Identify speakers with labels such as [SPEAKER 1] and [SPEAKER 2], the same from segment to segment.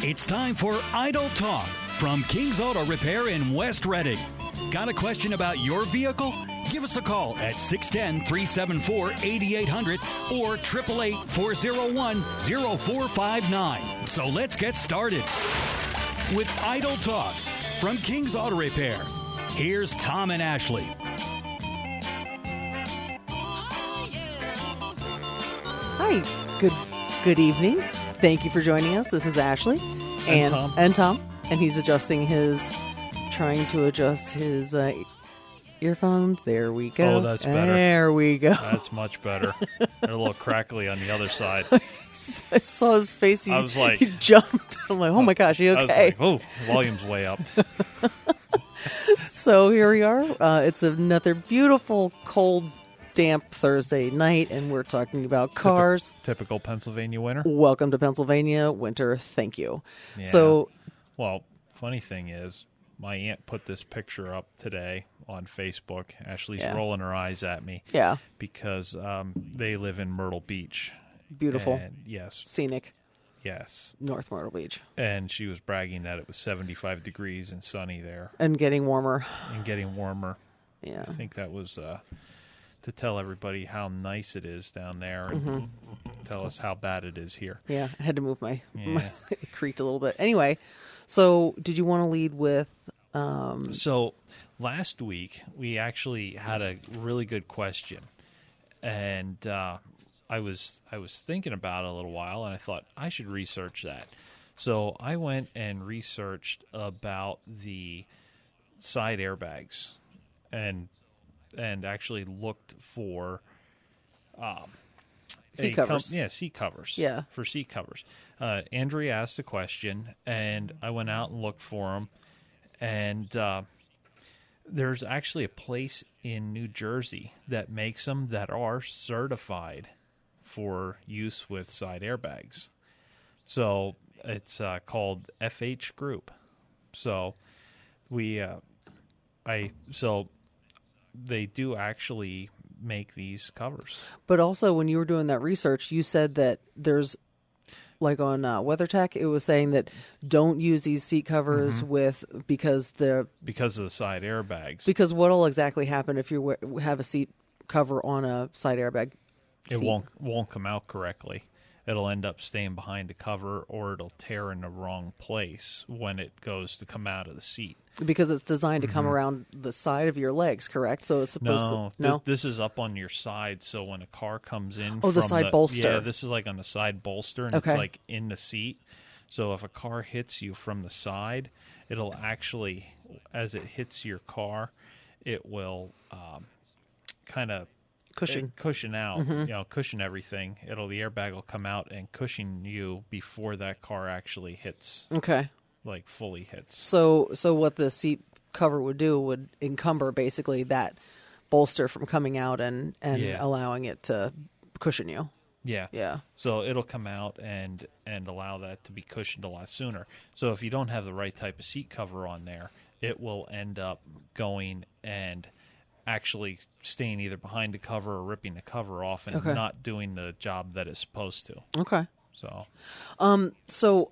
[SPEAKER 1] It's time for Idle Talk from King's Auto Repair in West Reading. Got a question about your vehicle? Give us a call at 610 374 8800 or 888 401 0459. So let's get started with Idle Talk from King's Auto Repair. Here's Tom and Ashley.
[SPEAKER 2] Hi, good good evening. Thank you for joining us. This is Ashley and
[SPEAKER 3] Tom.
[SPEAKER 2] and Tom, and he's adjusting his, trying to adjust his uh, earphones. There we go.
[SPEAKER 3] Oh, that's better.
[SPEAKER 2] There we go.
[SPEAKER 3] That's much better. They're a little crackly on the other side.
[SPEAKER 2] I saw his face. He,
[SPEAKER 3] I was like-
[SPEAKER 2] he jumped. I'm like, oh my gosh, are you
[SPEAKER 3] I was
[SPEAKER 2] okay?
[SPEAKER 3] like, oh, volume's way up.
[SPEAKER 2] So here we are. Uh, it's another beautiful, cold, damp Thursday night, and we're talking about cars.
[SPEAKER 3] Typical Pennsylvania winter.
[SPEAKER 2] Welcome to Pennsylvania winter. Thank you. So
[SPEAKER 3] Well, funny thing is, my aunt put this picture up today on Facebook. Ashley's
[SPEAKER 2] Yeah.
[SPEAKER 3] rolling her eyes at me
[SPEAKER 2] yeah,
[SPEAKER 3] because um, they live in Myrtle Beach.
[SPEAKER 2] beautiful,
[SPEAKER 3] And yes,
[SPEAKER 2] scenic
[SPEAKER 3] yes.
[SPEAKER 2] North Myrtle Beach,
[SPEAKER 3] And she was bragging that it was 75 degrees and sunny there
[SPEAKER 2] and getting warmer.
[SPEAKER 3] and getting warmer.
[SPEAKER 2] Yeah.
[SPEAKER 3] I think that was uh, to tell everybody how nice it is down there and
[SPEAKER 2] Mm-hmm.
[SPEAKER 3] tell us how bad it is here.
[SPEAKER 2] Yeah, I had to move my, my
[SPEAKER 3] Yeah.
[SPEAKER 2] it creaked a little bit. Anyway, so did you want to lead with um
[SPEAKER 3] So last week we actually had a really good question, and uh, I was I was thinking about it a little while, and I thought I should research that. So I went and researched about the side airbags, and and actually looked for um,
[SPEAKER 2] seat
[SPEAKER 3] a com-
[SPEAKER 2] covers?
[SPEAKER 3] yeah, seat covers.
[SPEAKER 2] Yeah.
[SPEAKER 3] for seat covers. Uh, Andrea asked a question, and I went out and looked for them. And uh, there's actually a place in New Jersey that makes them that are certified for use with side airbags. So it's uh, called FH Group. So we, uh, I so they do actually make these covers.
[SPEAKER 2] But also when you were doing that research, you said that there's like on uh, WeatherTech, it was saying that don't use these seat covers
[SPEAKER 3] Mm-hmm.
[SPEAKER 2] with because the
[SPEAKER 3] because of the side airbags.
[SPEAKER 2] because what'll exactly happen if you we- have a seat cover on a side airbag?
[SPEAKER 3] it
[SPEAKER 2] seat?
[SPEAKER 3] won't won't come out correctly. It'll end up staying behind the cover, or it'll tear in the wrong place when it goes to come out of the seat.
[SPEAKER 2] because it's designed to come around the side of your legs, correct? So it's supposed
[SPEAKER 3] Mm-hmm. No,
[SPEAKER 2] to no.
[SPEAKER 3] This, this is up on your side, so when a car comes in,
[SPEAKER 2] Oh, the
[SPEAKER 3] from
[SPEAKER 2] side bolster.
[SPEAKER 3] Yeah, this is like on the side bolster, and
[SPEAKER 2] Okay.
[SPEAKER 3] it's like in the seat. So if a car hits you from the side, it'll actually, as it hits your car, it will um, kind of
[SPEAKER 2] cushion.
[SPEAKER 3] it cushion out,
[SPEAKER 2] Mm-hmm.
[SPEAKER 3] you know, cushion everything. It'll the airbag will come out and cushion you before that car actually hits,
[SPEAKER 2] Okay.
[SPEAKER 3] like fully hits.
[SPEAKER 2] So so what the seat cover would do would encumber basically that bolster from coming out and and
[SPEAKER 3] Yeah.
[SPEAKER 2] allowing it to cushion you.
[SPEAKER 3] Yeah.
[SPEAKER 2] Yeah.
[SPEAKER 3] So it'll come out and and allow that to be cushioned a lot sooner. So if you don't have the right type of seat cover on there, it will end up going and actually staying either behind the cover or ripping the cover off and
[SPEAKER 2] Okay.
[SPEAKER 3] not doing the job that it's supposed to.
[SPEAKER 2] Okay.
[SPEAKER 3] So
[SPEAKER 2] So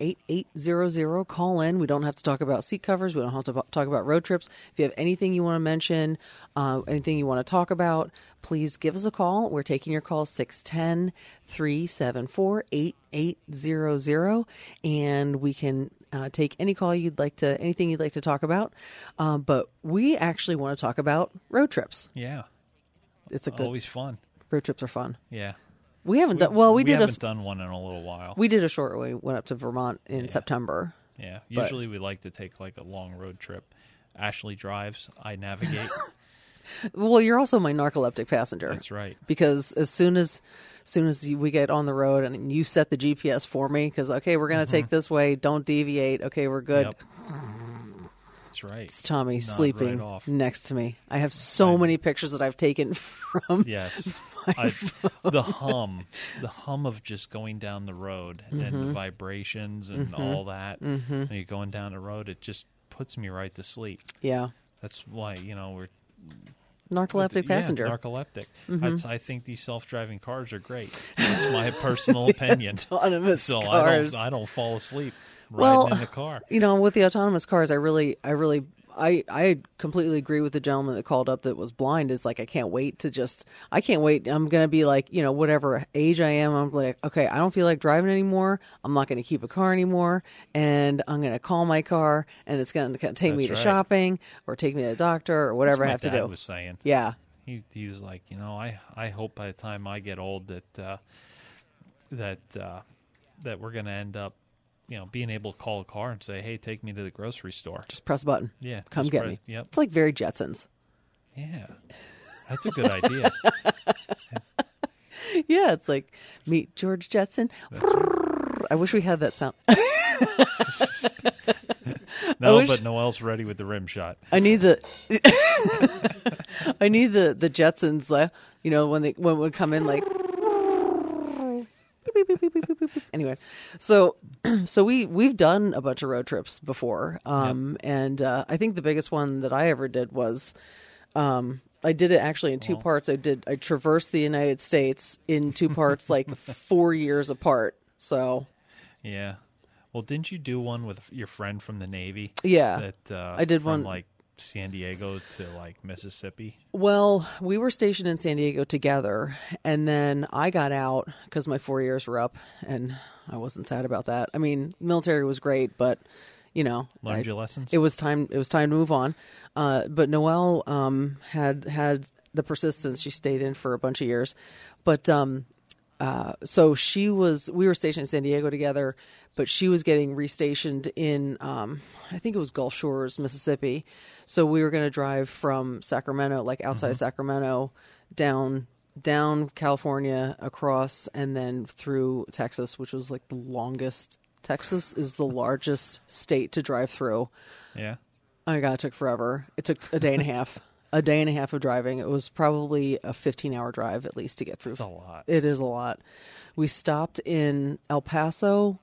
[SPEAKER 2] 610-374-8800 call in we don't have to talk about seat covers we don't have to bo- talk about road trips if you have anything you want to mention uh, anything you want to talk about please give us a call we're taking your call 610-374-8800 and we can uh, take any call you'd like to anything you'd like to talk about um, but we actually want to talk about road trips
[SPEAKER 3] yeah,
[SPEAKER 2] it's a good
[SPEAKER 3] always fun.
[SPEAKER 2] road trips are fun
[SPEAKER 3] Yeah.
[SPEAKER 2] Oh, we haven't done well we, did a
[SPEAKER 3] haven't
[SPEAKER 2] s-
[SPEAKER 3] done one in a little while.
[SPEAKER 2] we did a short we went up to vermont in september
[SPEAKER 3] Yeah. Usually we like to take like a long road trip. Ashley drives, I navigate.
[SPEAKER 2] Well, you're also my narcoleptic passenger.
[SPEAKER 3] That's right.
[SPEAKER 2] Because as soon as, soon as you- we get on the road and you set the GPS for me, because okay, we're gonna take this way. Don't deviate. Okay, we're good.
[SPEAKER 3] Mm-hmm. Yep. That's right.
[SPEAKER 2] It's Tommy
[SPEAKER 3] right
[SPEAKER 2] sleeping
[SPEAKER 3] off.
[SPEAKER 2] next to me. I have so many pictures that I've taken from.
[SPEAKER 3] Yes. I, the hum, the hum of just going down the road
[SPEAKER 2] Mm-hmm.
[SPEAKER 3] and the vibrations and all that. And you're going down the road, it just puts me right to sleep.
[SPEAKER 2] Yeah.
[SPEAKER 3] That's why, you know, we're
[SPEAKER 2] narcoleptic passenger. Mm-hmm.
[SPEAKER 3] Yeah, narcoleptic. That's, I think these self-driving cars are great. That's my personal opinion.
[SPEAKER 2] autonomous
[SPEAKER 3] so
[SPEAKER 2] cars.
[SPEAKER 3] I don't, I don't fall asleep riding
[SPEAKER 2] Well,
[SPEAKER 3] in the car.
[SPEAKER 2] You know, with the autonomous cars, I really, I really, I, I completely agree with the gentleman that called up that was blind. It's like I can't wait to just, I can't wait. I'm gonna be like, you know, whatever age I am, I'm like, okay, I don't feel like driving anymore. I'm not gonna keep a car anymore, and I'm gonna call my car, and it's gonna take me
[SPEAKER 3] That's
[SPEAKER 2] to
[SPEAKER 3] right.
[SPEAKER 2] shopping or take me to the doctor or whatever I
[SPEAKER 3] my
[SPEAKER 2] have to
[SPEAKER 3] dad
[SPEAKER 2] do.
[SPEAKER 3] was saying.
[SPEAKER 2] Yeah,
[SPEAKER 3] He, he was like, you know, I, I hope by the time I get old that uh, that uh, that we're going to end up, you know, being able to call a car and say, hey, take me to the grocery store.
[SPEAKER 2] just press a button.
[SPEAKER 3] Yeah,
[SPEAKER 2] come
[SPEAKER 3] just
[SPEAKER 2] get
[SPEAKER 3] press-
[SPEAKER 2] me.
[SPEAKER 3] yep.
[SPEAKER 2] It's like very Jetsons.
[SPEAKER 3] Yeah, that's a good idea.
[SPEAKER 2] yeah, it's like meet George Jetson. I wish we had that sound.
[SPEAKER 3] No,
[SPEAKER 2] wish-
[SPEAKER 3] but Noel's ready with the rim shot.
[SPEAKER 2] I need the I need the the Jetsons uh, you know when they when it would come in like anyway so so we we've done a bunch of road trips before um and uh, I think the biggest one that I ever did was um I did it actually in two parts I did I traversed the United States in two parts like 4 years apart so
[SPEAKER 3] Yeah. Well, didn't you do one with your friend from the Navy?
[SPEAKER 2] Yeah.
[SPEAKER 3] That uh,
[SPEAKER 2] I did
[SPEAKER 3] from,
[SPEAKER 2] one-
[SPEAKER 3] like San Diego to like Mississippi.
[SPEAKER 2] Well, we were stationed in San Diego together, and then I got out because my four years were up, and I wasn't sad about that. I mean, military was great, but you know,
[SPEAKER 3] Learned
[SPEAKER 2] I-
[SPEAKER 3] your lessons.
[SPEAKER 2] it was time. It was time to move on. Uh, but Noelle um, had had the persistence. She stayed in for a bunch of years, but um, uh, so she was. We were stationed in San Diego together, but she was getting restationed in. Um, I think it was Gulf Shores, Mississippi. So we were going to drive from Sacramento, like outside of Sacramento, down down California across and then through Texas, which was like the longest. Texas is the largest state to drive through.
[SPEAKER 3] yeah.
[SPEAKER 2] Oh my god, it took forever. It took a day and a half. A day and a half of driving. It was probably a 15 hour drive at least to get through.
[SPEAKER 3] It's a lot.
[SPEAKER 2] It is a lot. We stopped in El Paso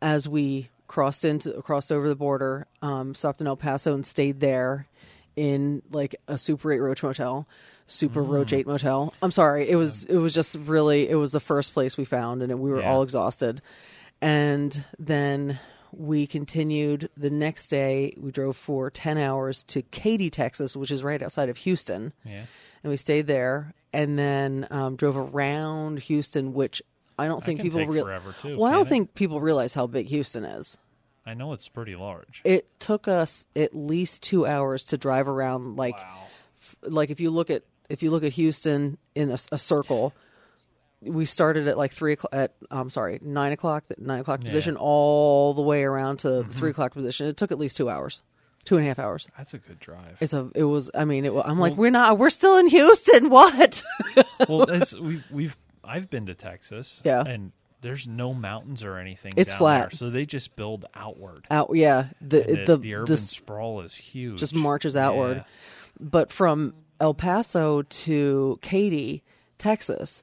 [SPEAKER 2] as we crossed into crossed over the border. Um, stopped in El Paso and stayed there in like a Super Eight Roach Motel, Super
[SPEAKER 3] Mm.
[SPEAKER 2] Roach Eight Motel. I'm sorry, it was it was just really it was the first place we found, and we were
[SPEAKER 3] Yeah.
[SPEAKER 2] all exhausted. And then we continued the next day. We drove for ten hours to Katy, Texas, which is right outside of Houston
[SPEAKER 3] Yeah.
[SPEAKER 2] and we stayed there and then um, drove around Houston, which I don't think
[SPEAKER 3] can
[SPEAKER 2] people
[SPEAKER 3] take
[SPEAKER 2] real-
[SPEAKER 3] forever, too,
[SPEAKER 2] Well, I
[SPEAKER 3] can't
[SPEAKER 2] don't
[SPEAKER 3] it?
[SPEAKER 2] think people realize how big Houston is.
[SPEAKER 3] I know it's pretty large.
[SPEAKER 2] It took us at least two hours to drive around. Like, f- like if you look at if you look at Houston in a, s- a circle, we started at like three o'clock. At I'm sorry, nine o'clock. The nine o'clock position, all the way around to
[SPEAKER 3] Mm-hmm.
[SPEAKER 2] the three o'clock position. It took at least two hours, two and a half hours.
[SPEAKER 3] That's a good drive.
[SPEAKER 2] It's a. It was. I mean, it, wa- I'm like, we're not. We're still in Houston. What?
[SPEAKER 3] well, that's, we, we've I've been to Texas.
[SPEAKER 2] Yeah.
[SPEAKER 3] And there's no mountains or anything.
[SPEAKER 2] It's
[SPEAKER 3] down
[SPEAKER 2] flat.
[SPEAKER 3] there, so they just build outward.
[SPEAKER 2] out yeah the
[SPEAKER 3] And
[SPEAKER 2] it-
[SPEAKER 3] the,
[SPEAKER 2] the,
[SPEAKER 3] the urban
[SPEAKER 2] this
[SPEAKER 3] sprawl is huge.
[SPEAKER 2] just marches outward
[SPEAKER 3] Yeah.
[SPEAKER 2] but from el paso to katy texas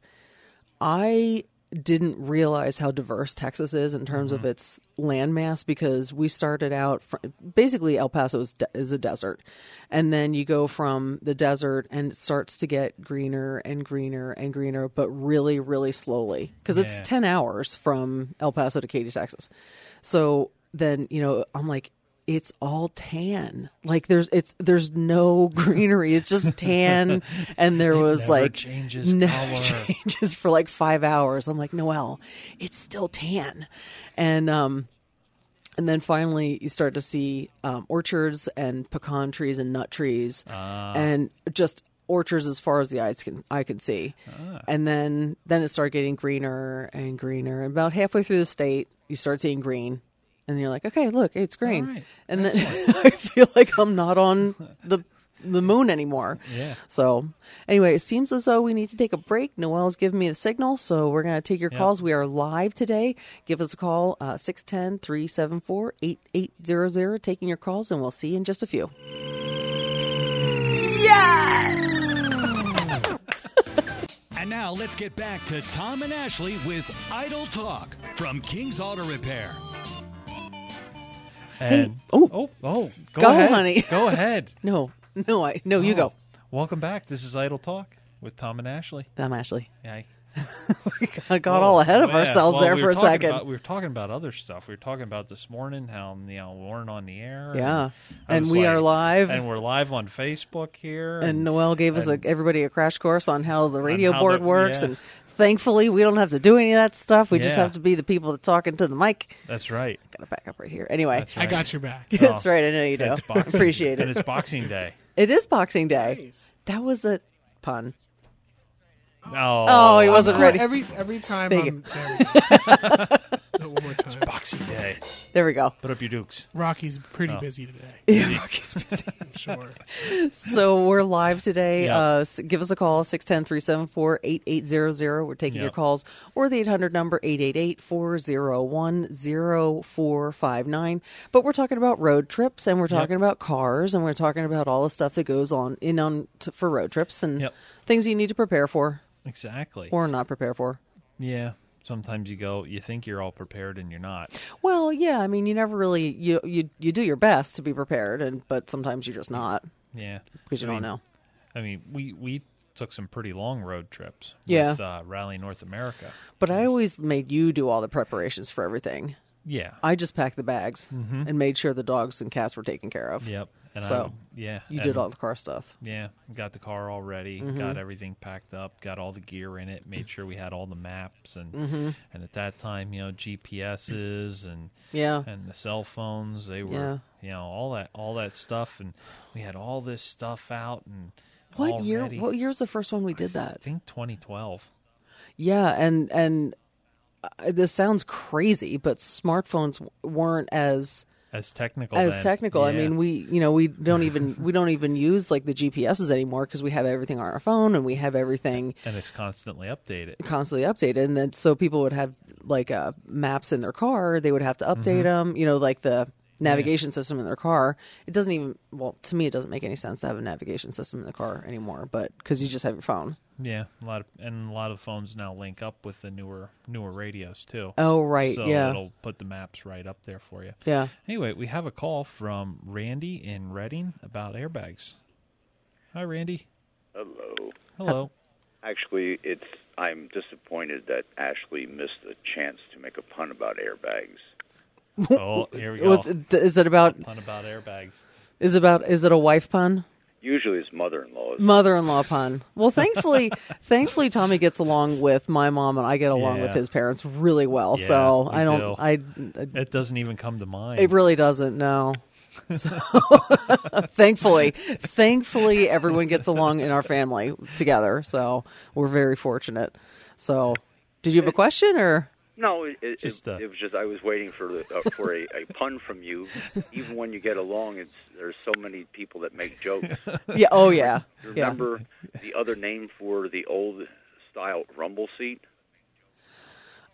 [SPEAKER 2] i didn't realize how diverse texas is in terms
[SPEAKER 3] Mm-hmm.
[SPEAKER 2] of its landmass because we started out fr basically el paso is, de- is a desert and then you go from the desert and it starts to get greener and greener and greener but really really slowly because it's
[SPEAKER 3] Yeah.
[SPEAKER 2] 10 hours from El Paso to Katy, Texas. So then, you know, I'm like, it's all tan. Like there's it's there's no greenery. It's just tan and there was
[SPEAKER 3] never
[SPEAKER 2] like
[SPEAKER 3] changes
[SPEAKER 2] no
[SPEAKER 3] color.
[SPEAKER 2] changes for like five hours. I'm like, Noel, it's still tan. And um and then finally you start to see um, orchards and pecan trees and nut trees
[SPEAKER 3] Ah.
[SPEAKER 2] and just orchards as far as the eyes can I can see.
[SPEAKER 3] Ah.
[SPEAKER 2] And then then it started getting greener and greener. About halfway through the state, you start seeing green. And you're like, okay, look, it's green.
[SPEAKER 3] All right.
[SPEAKER 2] And then I feel like I'm not on the the moon anymore.
[SPEAKER 3] Yeah.
[SPEAKER 2] So anyway, it seems as though we need to take a break. Noel's giving me the signal, so we're going to take your calls. We are live today. Give us a call, uh, 610 374 8800, taking your calls, and we'll see you in just a few.
[SPEAKER 1] And now let's get back to Tom and Ashley with Idle Talk from King's Auto Repair.
[SPEAKER 3] And
[SPEAKER 2] oh.
[SPEAKER 3] oh, oh, go
[SPEAKER 2] Go,
[SPEAKER 3] ahead,
[SPEAKER 2] honey.
[SPEAKER 3] oh, Go ahead.
[SPEAKER 2] No, no, I no, you
[SPEAKER 3] Oh,
[SPEAKER 2] go.
[SPEAKER 3] Welcome back. This is Idle Talk with Tom and Ashley.
[SPEAKER 2] I'm Ashley.
[SPEAKER 3] I
[SPEAKER 2] We got all ahead of
[SPEAKER 3] Yeah,
[SPEAKER 2] ourselves
[SPEAKER 3] Oh, well,
[SPEAKER 2] there
[SPEAKER 3] we
[SPEAKER 2] for
[SPEAKER 3] were
[SPEAKER 2] a
[SPEAKER 3] talking
[SPEAKER 2] second.
[SPEAKER 3] about- we were talking about other stuff. We were talking about this morning how you know weren't on the air.
[SPEAKER 2] Yeah.
[SPEAKER 3] I
[SPEAKER 2] And
[SPEAKER 3] was
[SPEAKER 2] we are live.
[SPEAKER 3] And we're live on Facebook here.
[SPEAKER 2] and Noel gave us a,
[SPEAKER 3] and-
[SPEAKER 2] everybody a crash course on how the radio
[SPEAKER 3] how
[SPEAKER 2] board
[SPEAKER 3] the-
[SPEAKER 2] works,
[SPEAKER 3] yeah.
[SPEAKER 2] and thankfully we don't have to do any of that stuff. We just
[SPEAKER 3] Yeah.
[SPEAKER 2] have to be the people that talk into the mic.
[SPEAKER 3] that's right.
[SPEAKER 2] Got to back up right here. Anyway,
[SPEAKER 3] That's
[SPEAKER 4] I
[SPEAKER 3] right.
[SPEAKER 4] got your back.
[SPEAKER 2] that's right. I know you do.
[SPEAKER 3] It's Boxing-
[SPEAKER 2] Appreciate
[SPEAKER 3] And
[SPEAKER 2] it.
[SPEAKER 3] it's Boxing Day.
[SPEAKER 2] It is Boxing Day.
[SPEAKER 4] Nice.
[SPEAKER 2] That was a pun.
[SPEAKER 3] Oh,
[SPEAKER 2] Oh, he wasn't
[SPEAKER 4] Well,
[SPEAKER 2] ready.
[SPEAKER 4] Every every time
[SPEAKER 2] Thank
[SPEAKER 4] I'm there we go. one more time.
[SPEAKER 3] Boxing Day.
[SPEAKER 2] There we go.
[SPEAKER 3] Put up your dukes.
[SPEAKER 4] Rocky's pretty
[SPEAKER 3] Oh.
[SPEAKER 4] busy today,
[SPEAKER 2] Yeah, Rocky's busy.
[SPEAKER 4] I'm sure.
[SPEAKER 2] so we're live today.
[SPEAKER 3] Yeah.
[SPEAKER 2] Uh, s- give us a call, 610-374-8800. We're taking
[SPEAKER 3] Yeah.
[SPEAKER 2] your calls. Or the 800 number, 888-401-0459. But we're talking about road trips, and we're talking about cars, and we're talking about all the stuff that goes on in on t- for road trips and
[SPEAKER 3] Yep.
[SPEAKER 2] things you need to prepare for
[SPEAKER 3] Exactly.
[SPEAKER 2] or not prepare for.
[SPEAKER 3] yeah. Sometimes you go, you think you're all prepared and you're not.
[SPEAKER 2] Well, yeah, I mean, you never really you you you do your best to be prepared, and but sometimes you're just not
[SPEAKER 3] Yeah.
[SPEAKER 2] because you
[SPEAKER 3] I
[SPEAKER 2] don't
[SPEAKER 3] mean,
[SPEAKER 2] know.
[SPEAKER 3] I mean, we we took some pretty long road trips.
[SPEAKER 2] Yeah.
[SPEAKER 3] With, uh, Rally North America.
[SPEAKER 2] But I always made you do all the preparations for everything.
[SPEAKER 3] Yeah.
[SPEAKER 2] I just packed the bags
[SPEAKER 3] Mm-hmm.
[SPEAKER 2] and made sure the dogs and cats were taken care of.
[SPEAKER 3] Yep. And I
[SPEAKER 2] So,
[SPEAKER 3] would- yeah,
[SPEAKER 2] You
[SPEAKER 3] and-
[SPEAKER 2] did all Mm-hmm. the car stuff.
[SPEAKER 3] Yeah, got the car all ready, got everything packed up, got all the gear in it, made sure we had all the maps and
[SPEAKER 2] Mm-hmm.
[SPEAKER 3] and at that time, you know, GPSs and
[SPEAKER 2] Yeah.
[SPEAKER 3] and the cell phones, they were
[SPEAKER 2] Yeah.
[SPEAKER 3] you know, all that all that stuff and we had all this stuff out and
[SPEAKER 2] What
[SPEAKER 3] all
[SPEAKER 2] year?
[SPEAKER 3] ready.
[SPEAKER 2] What year was the first one we did that?
[SPEAKER 3] I think 2012.
[SPEAKER 2] Yeah, and and uh, this sounds crazy, but smartphones w- weren't as
[SPEAKER 3] As technical
[SPEAKER 2] as
[SPEAKER 3] then.
[SPEAKER 2] technical. I
[SPEAKER 3] Yeah.
[SPEAKER 2] mean, we you know we don't even we don't even use like the GPSs anymore because we have everything on our phone and we have everything
[SPEAKER 3] and it's constantly updated.
[SPEAKER 2] constantly updated and then so people would have like uh, maps in their car they would have to
[SPEAKER 3] Mm-hmm.
[SPEAKER 2] update them you know like the navigation system in their car it doesn't even well to me it doesn't make any sense to have a navigation system in the car anymore but because you just have your phone
[SPEAKER 3] Yeah, a lot of and a lot of phones now link up with the newer newer radios too.
[SPEAKER 2] oh right
[SPEAKER 3] so
[SPEAKER 2] yeah
[SPEAKER 3] it'll put the maps right up there for you.
[SPEAKER 2] yeah
[SPEAKER 3] Anyway, we have a call from Randy in Reading about airbags. Hi, Randy.
[SPEAKER 5] Hello.
[SPEAKER 3] Hello.
[SPEAKER 5] Actually, it's I'm disappointed that Ashley missed a chance to make a pun about airbags.
[SPEAKER 3] oh, here we go.
[SPEAKER 2] Was- d- is it about
[SPEAKER 3] Pun about airbags.
[SPEAKER 2] is it about is it a wife pun
[SPEAKER 5] Usually, his mother-in-law is
[SPEAKER 2] mother-in-law pun well thankfully thankfully tommy gets along with my mom and i get along with
[SPEAKER 3] Yeah.
[SPEAKER 2] his parents really well
[SPEAKER 3] Yeah,
[SPEAKER 2] so
[SPEAKER 3] we
[SPEAKER 2] i don't
[SPEAKER 3] do.
[SPEAKER 2] i
[SPEAKER 3] It doesn't even come to mind.
[SPEAKER 2] It really doesn't. No. So, thankfully, thankfully, everyone gets along in our family together. So we're very fortunate. So, did you have a question or?
[SPEAKER 5] no. It, it,
[SPEAKER 3] Just,
[SPEAKER 5] it-
[SPEAKER 3] uh,
[SPEAKER 5] it was just I was waiting for the, uh, for a, a pun from you. Even when you get along, it's there's so many people that make jokes.
[SPEAKER 2] Yeah. Oh, yeah. Yeah.
[SPEAKER 5] Remember the other name for the old style rumble seat,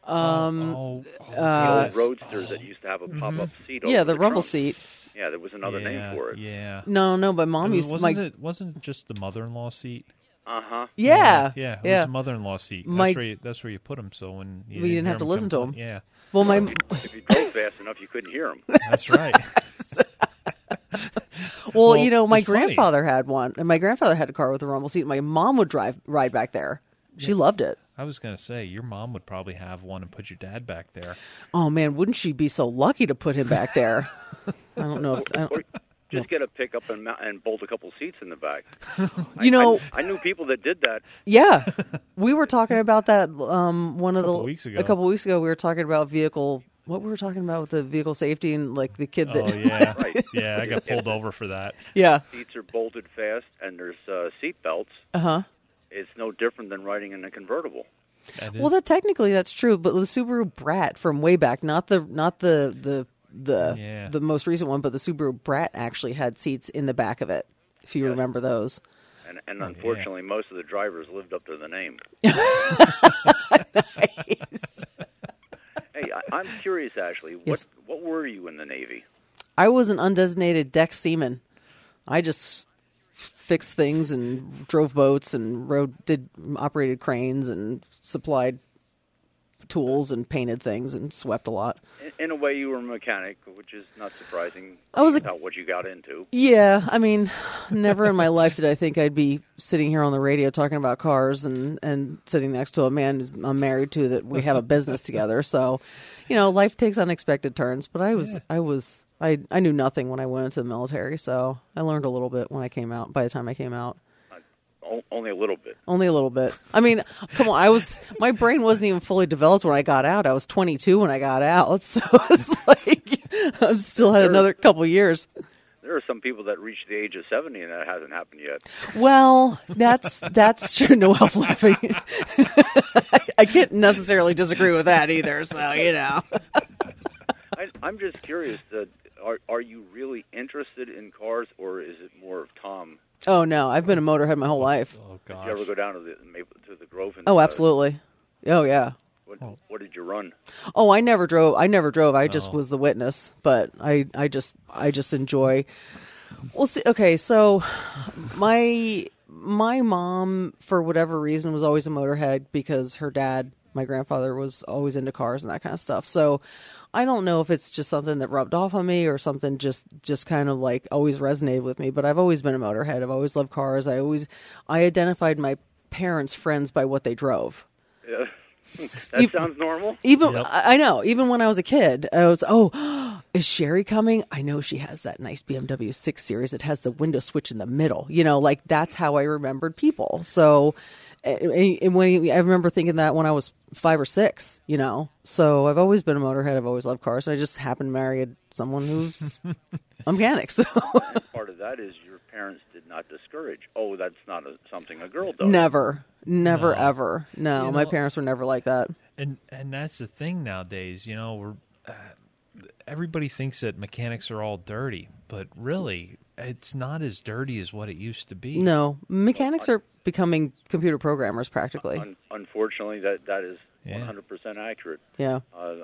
[SPEAKER 3] Um, oh, oh,
[SPEAKER 5] the
[SPEAKER 2] Uh,
[SPEAKER 3] yes.
[SPEAKER 5] old roadsters that used to have a pop-up seat.
[SPEAKER 2] oh. Mm-hmm. Yeah.
[SPEAKER 5] over
[SPEAKER 2] The rumble
[SPEAKER 5] trunk.
[SPEAKER 2] seat.
[SPEAKER 5] Yeah, there was another
[SPEAKER 3] Yeah,
[SPEAKER 5] name for it.
[SPEAKER 3] Yeah.
[SPEAKER 2] No, no. But mom
[SPEAKER 3] I mean,
[SPEAKER 2] used to.
[SPEAKER 3] wasn't
[SPEAKER 2] My,
[SPEAKER 3] it wasn't it just the mother-in-law seat?
[SPEAKER 5] Uh huh.
[SPEAKER 2] yeah.
[SPEAKER 3] Yeah, it
[SPEAKER 2] Yeah.
[SPEAKER 3] was the mother-in-law seat.
[SPEAKER 2] My-
[SPEAKER 3] that's where you, that's where you put them. So when you
[SPEAKER 2] We didn't
[SPEAKER 3] hear
[SPEAKER 2] have to
[SPEAKER 3] 'em
[SPEAKER 2] listen to
[SPEAKER 3] complain-
[SPEAKER 2] 'em.
[SPEAKER 3] Yeah,
[SPEAKER 2] Well, my
[SPEAKER 5] If you drove fast enough, you couldn't hear him.
[SPEAKER 3] that's right.
[SPEAKER 2] well,
[SPEAKER 3] Well,
[SPEAKER 2] you know, my
[SPEAKER 3] it's funny.
[SPEAKER 2] grandfather had one, and my grandfather had a car with a rumble seat. My mom would drive ride back there. She loved it.
[SPEAKER 3] I was gonna say your mom would probably have one and put your dad back there.
[SPEAKER 2] Oh man, wouldn't she be so lucky to put him back there? I don't know. If, I don't,
[SPEAKER 5] Or just get a pickup and, mount, and bolt a couple seats in the back. I-
[SPEAKER 2] You know-
[SPEAKER 5] I, I knew people that did that.
[SPEAKER 2] Yeah, we were talking about that. Um, one of the
[SPEAKER 3] Couple weeks ago.
[SPEAKER 2] a couple weeks ago, we were talking about vehicle. What we were talking about with the vehicle safety and like the kid that.
[SPEAKER 3] Oh yeah,
[SPEAKER 5] Right.
[SPEAKER 3] yeah. I got pulled over for that.
[SPEAKER 2] yeah.
[SPEAKER 5] Seats are bolted fast, and there's uh, seat belts.
[SPEAKER 2] Uh huh.
[SPEAKER 5] It's no different than riding in a convertible.
[SPEAKER 3] That is-
[SPEAKER 2] Well, that technically that's true, but the Subaru Brat from way back, not the not the the the
[SPEAKER 3] Yeah.
[SPEAKER 2] the most recent one, but the Subaru Brat actually had seats in the back of it. If you remember those.
[SPEAKER 5] And,
[SPEAKER 2] Oh,
[SPEAKER 5] and unfortunately, most of the drivers lived up to the name. Hey, I, I'm curious, Ashley. What
[SPEAKER 2] Yes.
[SPEAKER 5] what were you in the Navy?
[SPEAKER 2] I was an undesignated deck seaman. I just fixed things and drove boats and rode did operated cranes and supplied tools and painted things and swept a lot.
[SPEAKER 5] In, in a way, you were a mechanic, which is not surprising.
[SPEAKER 2] I was a-
[SPEAKER 5] about what you got into.
[SPEAKER 2] Yeah, I mean, never in my life did I think I'd be sitting here on the radio talking about cars and and sitting next to a man I'm married to that we have a business together. So, you know, life takes unexpected turns. But I was I was I I knew nothing when I went into the military, so I learned a little bit when I came out. By the time I came out.
[SPEAKER 5] O- only a little bit.
[SPEAKER 2] Only a little bit. I mean, come on. I was my brain wasn't even fully developed when I got out. I was 22 when I got out, so it's like I've still had another couple years.
[SPEAKER 5] There are some people that reach the age of 70 and that hasn't happened yet.
[SPEAKER 2] Well, that's that's true. Noel's laughing. I can't necessarily disagree with that either. So you know,
[SPEAKER 5] I, I'm just curious that are are you really interested in cars, or is it more of Tom?
[SPEAKER 2] oh no, I've been a motorhead my whole life.
[SPEAKER 3] Oh
[SPEAKER 5] Did
[SPEAKER 3] gosh.
[SPEAKER 5] you ever go down to the Maple, to the Grove? And,
[SPEAKER 2] Oh,
[SPEAKER 5] uh,
[SPEAKER 2] absolutely. Oh yeah.
[SPEAKER 5] What, what did you run?
[SPEAKER 2] Oh, I never drove. I never drove. I just
[SPEAKER 3] Oh.
[SPEAKER 2] was the witness. But I, I just, I just enjoy. Well, see. Okay, so my my mom, for whatever reason, was always a motorhead because her dad, my grandfather, was always into cars and that kind of stuff. So I don't know if it's just something that rubbed off on me or something just just kind of like always resonated with me. But I've always been a motorhead. I've always loved cars. I always I identified my parents' friends by what they drove.
[SPEAKER 5] Yeah. that
[SPEAKER 2] You-
[SPEAKER 5] sounds normal.
[SPEAKER 2] Even
[SPEAKER 3] Yep.
[SPEAKER 2] I I know, even when I was a kid, I was, oh, is Sherry coming? I know she has that nice BMW 6 Series. It has the window switch in the middle. You know, like that's how I remembered people. So, and and when I remember thinking that when I was five or six, you know. So I've always been a motorhead. I've always loved cars. And I just happened to marry someone who's a mechanic. So
[SPEAKER 5] Part of that is your parents did not discourage. Oh, that's not a, something a girl does.
[SPEAKER 2] never, never,
[SPEAKER 3] No.
[SPEAKER 2] ever. No,
[SPEAKER 3] You
[SPEAKER 2] my
[SPEAKER 3] know-
[SPEAKER 2] parents were never like that.
[SPEAKER 3] and and that's the thing nowadays. You know, we're uh, everybody thinks that mechanics are all dirty, but really, it's not as dirty as what it used to be.
[SPEAKER 2] No, mechanics are becoming computer programmers practically.
[SPEAKER 5] Un- unfortunately, that that is
[SPEAKER 3] Yeah.
[SPEAKER 5] 100% accurate.
[SPEAKER 2] Yeah.
[SPEAKER 5] Uh,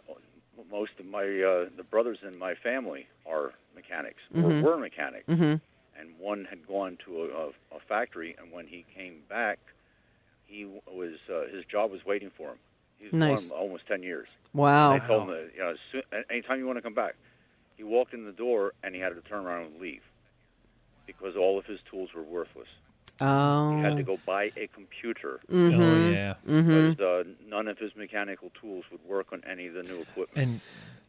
[SPEAKER 5] most of my uh, the brothers in my family are mechanics
[SPEAKER 2] Mm-hmm.
[SPEAKER 5] or were mechanics, and one had gone to a, a, a factory, and when he came back, he was uh, his job was waiting for him. He was
[SPEAKER 2] Nice. Oh,
[SPEAKER 5] gone almost 10 years.
[SPEAKER 2] Wow.
[SPEAKER 5] They told him, that, you know, soon, anytime you want to come back. He walked in the door and he had to turn around and leave because all of his tools were worthless.
[SPEAKER 2] Oh,
[SPEAKER 5] He had to go buy a computer
[SPEAKER 3] Oh
[SPEAKER 2] Mm-hmm.
[SPEAKER 3] yeah.
[SPEAKER 5] because uh, none of his mechanical tools would work on any of the new equipment.
[SPEAKER 3] And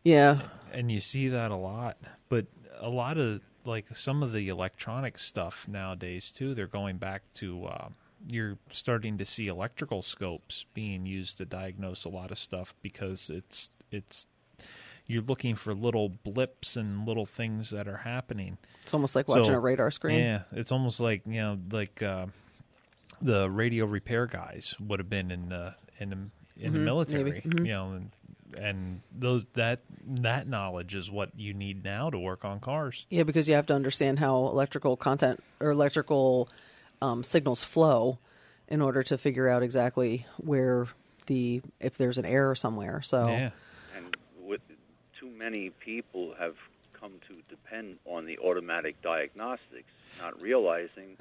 [SPEAKER 2] yeah.
[SPEAKER 3] and you see that a lot, but a lot of like some of the electronic stuff nowadays too. They're going back to. Uh, you're starting to see electrical scopes being used to diagnose a lot of stuff because it's it's you're looking for little blips and little things that are happening.
[SPEAKER 2] It's almost like
[SPEAKER 3] So-
[SPEAKER 2] watching a radar screen.
[SPEAKER 3] Yeah, it's almost like you know, like uh, the radio repair guys would have been in the in the in
[SPEAKER 2] Mm-hmm.
[SPEAKER 3] the military. You know, and, and those that that knowledge is what you need now to work on cars.
[SPEAKER 2] Yeah, because you have to understand how electrical content or electrical um, signals flow in order to figure out exactly where the if there's an error somewhere. So
[SPEAKER 3] Yeah,
[SPEAKER 5] And with too many people have come to depend on the automatic diagnostics, not realizing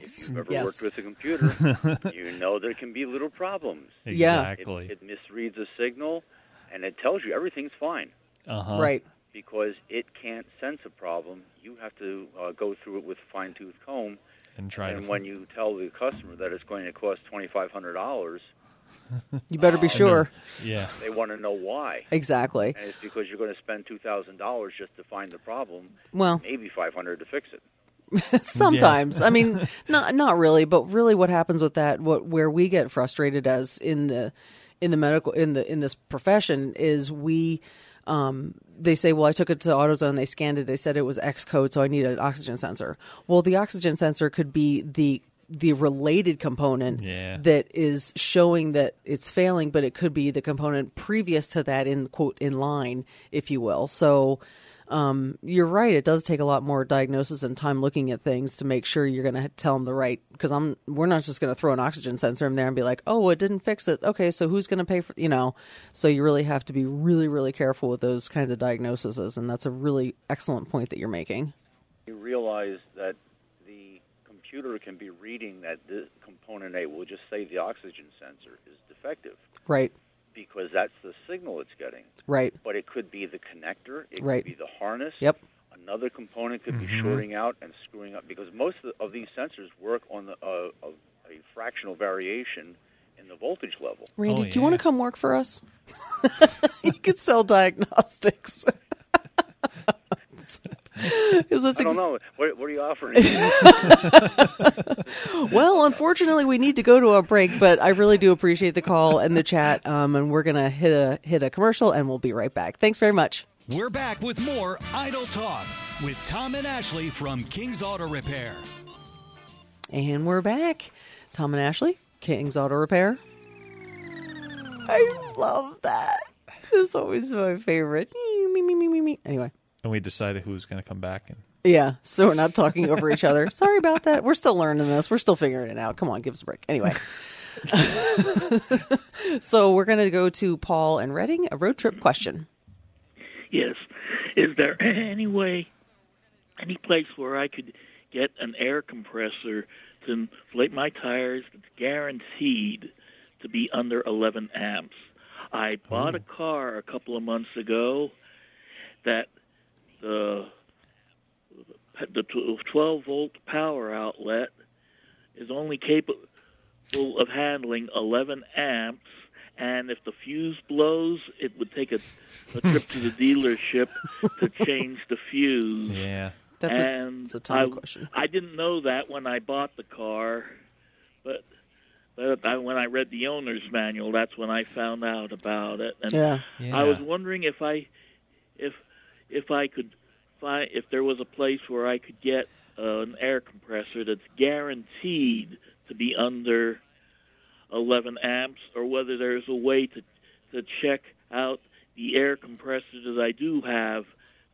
[SPEAKER 5] if you've ever
[SPEAKER 2] Yes.
[SPEAKER 5] worked with a computer, you know there can be little problems.
[SPEAKER 2] Yeah.
[SPEAKER 5] It,
[SPEAKER 3] exactly.
[SPEAKER 5] it misreads a signal and it tells you everything's fine
[SPEAKER 3] uh-huh.
[SPEAKER 2] right.
[SPEAKER 5] because it can't sense a problem. You have to uh, go through it with a fine tooth comb.
[SPEAKER 3] And try
[SPEAKER 5] and
[SPEAKER 3] to
[SPEAKER 5] when you tell the customer that it's going to cost $2,500,
[SPEAKER 2] You better be sure.
[SPEAKER 3] yeah.
[SPEAKER 5] they want to know why.
[SPEAKER 2] Exactly.
[SPEAKER 5] And it's because you're going to spend $2,000 just to find the problem,
[SPEAKER 2] Well,
[SPEAKER 5] maybe 500 to fix it.
[SPEAKER 2] sometimes i mean not not really but really what happens with that what where we get frustrated as in the in the medical in the in this profession is we um they say well i took it to autozone they scanned it they said it was x code so i need an oxygen sensor well the oxygen sensor could be the the related component
[SPEAKER 3] Yeah.
[SPEAKER 2] that is showing that it's failing but it could be the component previous to that in quote in line if you will so um, you're right. It does take a lot more diagnosis and time looking at things to make sure you're going to tell them the right. Because I'm, we're not just going to throw an oxygen sensor in there and be like, oh, well, it didn't fix it. Okay, so who's going to pay for? You know, so you really have to be really, really careful with those kinds of diagnoses, and that's a really excellent point that you're making.
[SPEAKER 5] You realize that the computer can be reading that the component A will just say the oxygen sensor is defective.
[SPEAKER 2] Right.
[SPEAKER 5] because that's the signal it's getting.
[SPEAKER 2] Right.
[SPEAKER 5] But it could be the connector, it
[SPEAKER 2] Right.
[SPEAKER 5] could be the harness.
[SPEAKER 2] Yep. Mm-hmm.
[SPEAKER 5] Another component could be shorting out and screwing up because most of, the, of these sensors work on the, uh, of a fractional variation in the voltage level.
[SPEAKER 2] Randy,
[SPEAKER 3] Oh,
[SPEAKER 2] do you want to
[SPEAKER 3] yeah.
[SPEAKER 2] come work for us? you could sell diagnostics. 'Cause that's
[SPEAKER 5] I don't
[SPEAKER 2] ex-
[SPEAKER 5] know. What, what are you offering?
[SPEAKER 2] Well, unfortunately, we need to go to a break, but I really do appreciate the call and the chat. Um, and we're gonna hit a hit a commercial, and we'll be right back. Thanks very much.
[SPEAKER 1] We're back with more Idle Talk with Tom and Ashley from King's Auto Repair.
[SPEAKER 2] And we're back. Tom and Ashley, King's Auto Repair. I love that. It's always my favorite. Me, me, me, me, me. Anyway,
[SPEAKER 3] And we decided who was going to come back. And
[SPEAKER 2] yeah. So we're not talking over each other. Sorry about that. We're still learning this. We're still figuring it out. Come on, give us a break. Anyway. so we're going to go to Paul and Reading, a road trip question.
[SPEAKER 6] Yes. Is there any way, any place where I could get an air compressor to inflate my tires that's guaranteed to be under 11 amps? I bought a car a couple of months ago that the the 12 volt power outlet is only capable of handling 11 amps, and if the fuse blows, it would take a, a trip to the dealership to change the fuse.
[SPEAKER 3] yeah.
[SPEAKER 2] That's a,
[SPEAKER 6] and
[SPEAKER 2] that's a Tom
[SPEAKER 6] I,
[SPEAKER 2] question.
[SPEAKER 6] I didn't know that when I bought the car, but but I, when I read the owner's manual, that's when I found out about it. And
[SPEAKER 2] Yeah.
[SPEAKER 3] Yeah.
[SPEAKER 6] I was wondering if I if if I could find if there was a place where I could get uh, an air compressor that's guaranteed to be under 11 amps, or whether there's a way to to check out the air compressor that I do have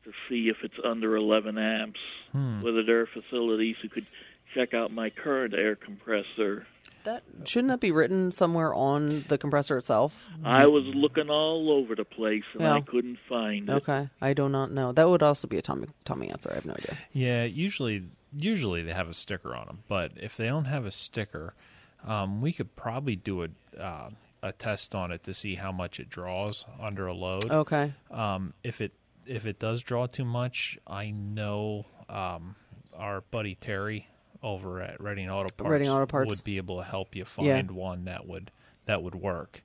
[SPEAKER 6] to see if it's under 11 amps. Whether there are facilities who could check out my current air compressor.
[SPEAKER 2] That, shouldn't that be written somewhere on the compressor itself?
[SPEAKER 6] I was looking all over the place and I
[SPEAKER 2] Yeah.
[SPEAKER 6] couldn't find it.
[SPEAKER 2] Okay, I do not know. That would also be a Tommy Tommy answer. I have no idea.
[SPEAKER 3] Yeah, usually usually they have a sticker on them, but if they don't have a sticker, um, we could probably do a uh, a test on it to see how much it draws under a
[SPEAKER 2] Oh,
[SPEAKER 3] load.
[SPEAKER 2] Okay,
[SPEAKER 3] Um, if it if it does draw too much, I know um, our buddy Terry over at Reading Auto Parts,
[SPEAKER 2] Reading Auto Parts.
[SPEAKER 3] would be able to help you find
[SPEAKER 2] Yeah.
[SPEAKER 3] one that would that would work.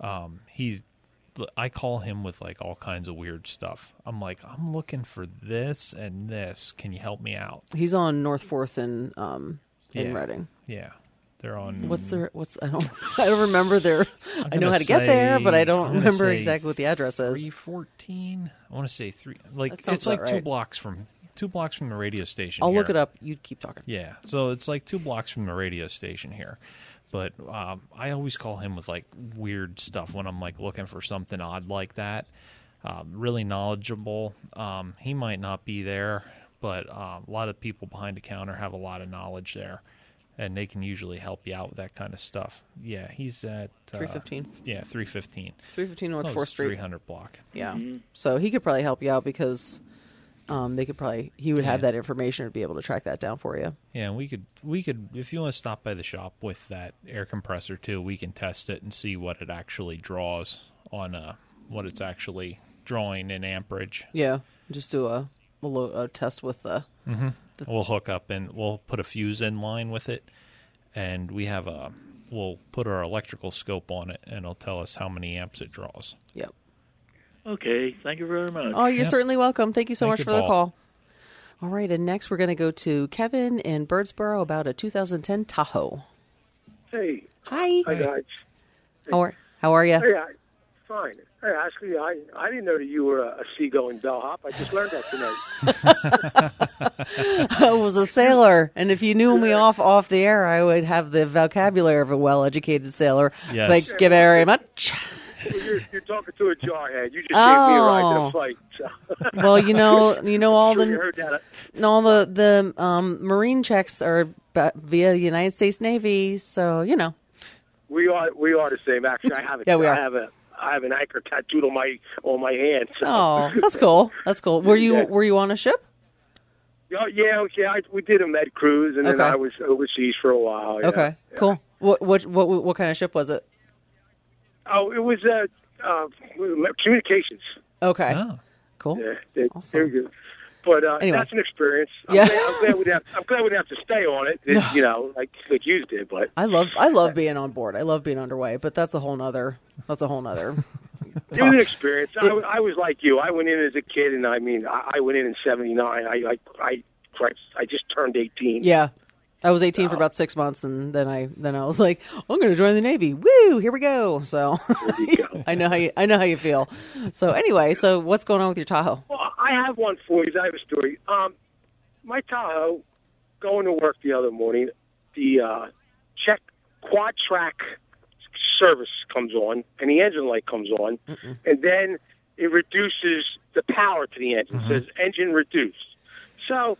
[SPEAKER 3] Um, he's I call him with like all kinds of weird stuff. I'm like, I'm looking for this and this. Can you help me out?
[SPEAKER 2] he's on North Fourth in um in
[SPEAKER 3] Yeah.
[SPEAKER 2] Reading.
[SPEAKER 3] Yeah, they're on.
[SPEAKER 2] What's their what's I don't I don't remember their. I know
[SPEAKER 3] gonna
[SPEAKER 2] how to get there, but I
[SPEAKER 3] say-
[SPEAKER 2] don't
[SPEAKER 3] I'm gonna
[SPEAKER 2] remember
[SPEAKER 3] say
[SPEAKER 2] exactly what the address
[SPEAKER 3] three
[SPEAKER 2] is.
[SPEAKER 3] fourteen? I want to say three. Like
[SPEAKER 2] That sounds
[SPEAKER 3] it's like
[SPEAKER 2] about
[SPEAKER 3] two
[SPEAKER 2] right.
[SPEAKER 3] blocks from two blocks from the radio station.
[SPEAKER 2] I'll look
[SPEAKER 3] here.
[SPEAKER 2] it up. You keep talking.
[SPEAKER 3] Yeah, so it's like two blocks from the radio station here. But um, I always call him with like weird stuff when I'm like looking for something odd like that. Um, really knowledgeable. Um, he might not be there, but um, a lot of people behind the counter have a lot of knowledge there, and they can usually help you out with that kind of stuff. Yeah, he's at uh,
[SPEAKER 2] 315.
[SPEAKER 3] Yeah, three fifteen.
[SPEAKER 2] Three fifteen North
[SPEAKER 3] Oh,
[SPEAKER 2] Fourth
[SPEAKER 3] three
[SPEAKER 2] Street. Mm-hmm.
[SPEAKER 3] hundred block.
[SPEAKER 2] Yeah, so he could probably help you out because um they could probably he would have
[SPEAKER 3] Yeah.
[SPEAKER 2] that information and be able to track that down for you.
[SPEAKER 3] Yeah, and we could we could if you want to stop by the shop with that air compressor too, we can test it and see what it actually draws on uh what it's actually drawing in amperage.
[SPEAKER 2] Yeah, just do a a, lo- a test with the
[SPEAKER 3] We'll hook up and we'll put a fuse in line with it and we have a we'll put our electrical scope on it and it'll tell us how many amps it draws.
[SPEAKER 2] yep.
[SPEAKER 6] Okay, thank you very much.
[SPEAKER 2] Oh, you're
[SPEAKER 3] Yeah.
[SPEAKER 2] certainly welcome. Thank you so
[SPEAKER 3] Thank
[SPEAKER 2] much
[SPEAKER 3] you,
[SPEAKER 2] for the
[SPEAKER 3] Paul.
[SPEAKER 2] call. All right, and next we're going to go to Kevin in Birdsboro about a 2010 Tahoe.
[SPEAKER 7] Hey,
[SPEAKER 2] Hi.
[SPEAKER 7] hi guys.
[SPEAKER 2] How are How are you?
[SPEAKER 7] Hey, I, fine. Hey, actually, I I didn't know that you were a, a seagoing bellhop. I just learned that tonight.
[SPEAKER 2] Oh, I was a sailor, and if you knew me off off the air, I would have the vocabulary of a well-educated sailor.
[SPEAKER 3] Yes.
[SPEAKER 2] Thank you very much.
[SPEAKER 7] Well, you're, you're talking to a jarhead. You just gave me a ride to
[SPEAKER 2] Oh.
[SPEAKER 7] the fight. So,
[SPEAKER 2] Well, you know, you know all
[SPEAKER 7] you
[SPEAKER 2] the
[SPEAKER 7] heard that.
[SPEAKER 2] all the the um, marine checks are b- via the United States Navy, so you know.
[SPEAKER 7] We are we are the same. Actually, I have it.
[SPEAKER 2] Yeah, we are.
[SPEAKER 7] I have a I have an anchor tattooed on my on my hand. So.
[SPEAKER 2] Oh, that's cool. That's cool. Were you
[SPEAKER 7] Yeah.
[SPEAKER 2] were you on a ship?
[SPEAKER 7] Yeah, Oh, yeah, okay. I, we did a med cruise, and
[SPEAKER 2] Okay.
[SPEAKER 7] then I was overseas for a while. yeah.
[SPEAKER 2] Okay, cool. What what what what kind of ship was it?
[SPEAKER 7] Oh, it was uh, uh, communications.
[SPEAKER 2] Okay.
[SPEAKER 3] Oh.
[SPEAKER 2] Cool.
[SPEAKER 7] Yeah, they,
[SPEAKER 2] Awesome.
[SPEAKER 7] there you go. But uh,
[SPEAKER 2] Anyway.
[SPEAKER 7] that's an experience. I'm,
[SPEAKER 2] Yeah.
[SPEAKER 7] glad, I'm glad we have. I'm glad we didn't have to stay on it. that,
[SPEAKER 2] No.
[SPEAKER 7] You know, like like you did, but
[SPEAKER 2] I love I love being on board. I love being underway, but that's a whole nother that's a whole nother
[SPEAKER 7] it was an experience. I, w- I was like you. I went in as a kid, and I mean, I, I went in in '79. I like I Christ, I just turned 18.
[SPEAKER 2] Yeah. I was 18 for about six months, and then I then I was like, I'm going to join the Navy. Woo! Here we go. So
[SPEAKER 7] you go.
[SPEAKER 2] I know how you I know how you feel. So anyway, so what's going on with your Tahoe?
[SPEAKER 7] Well, I have one for you. I have a story. Um, my Tahoe, going to work the other morning, the uh, check quad track service comes on, and the engine light comes on, and then it reduces the power to the engine. It says engine reduced. So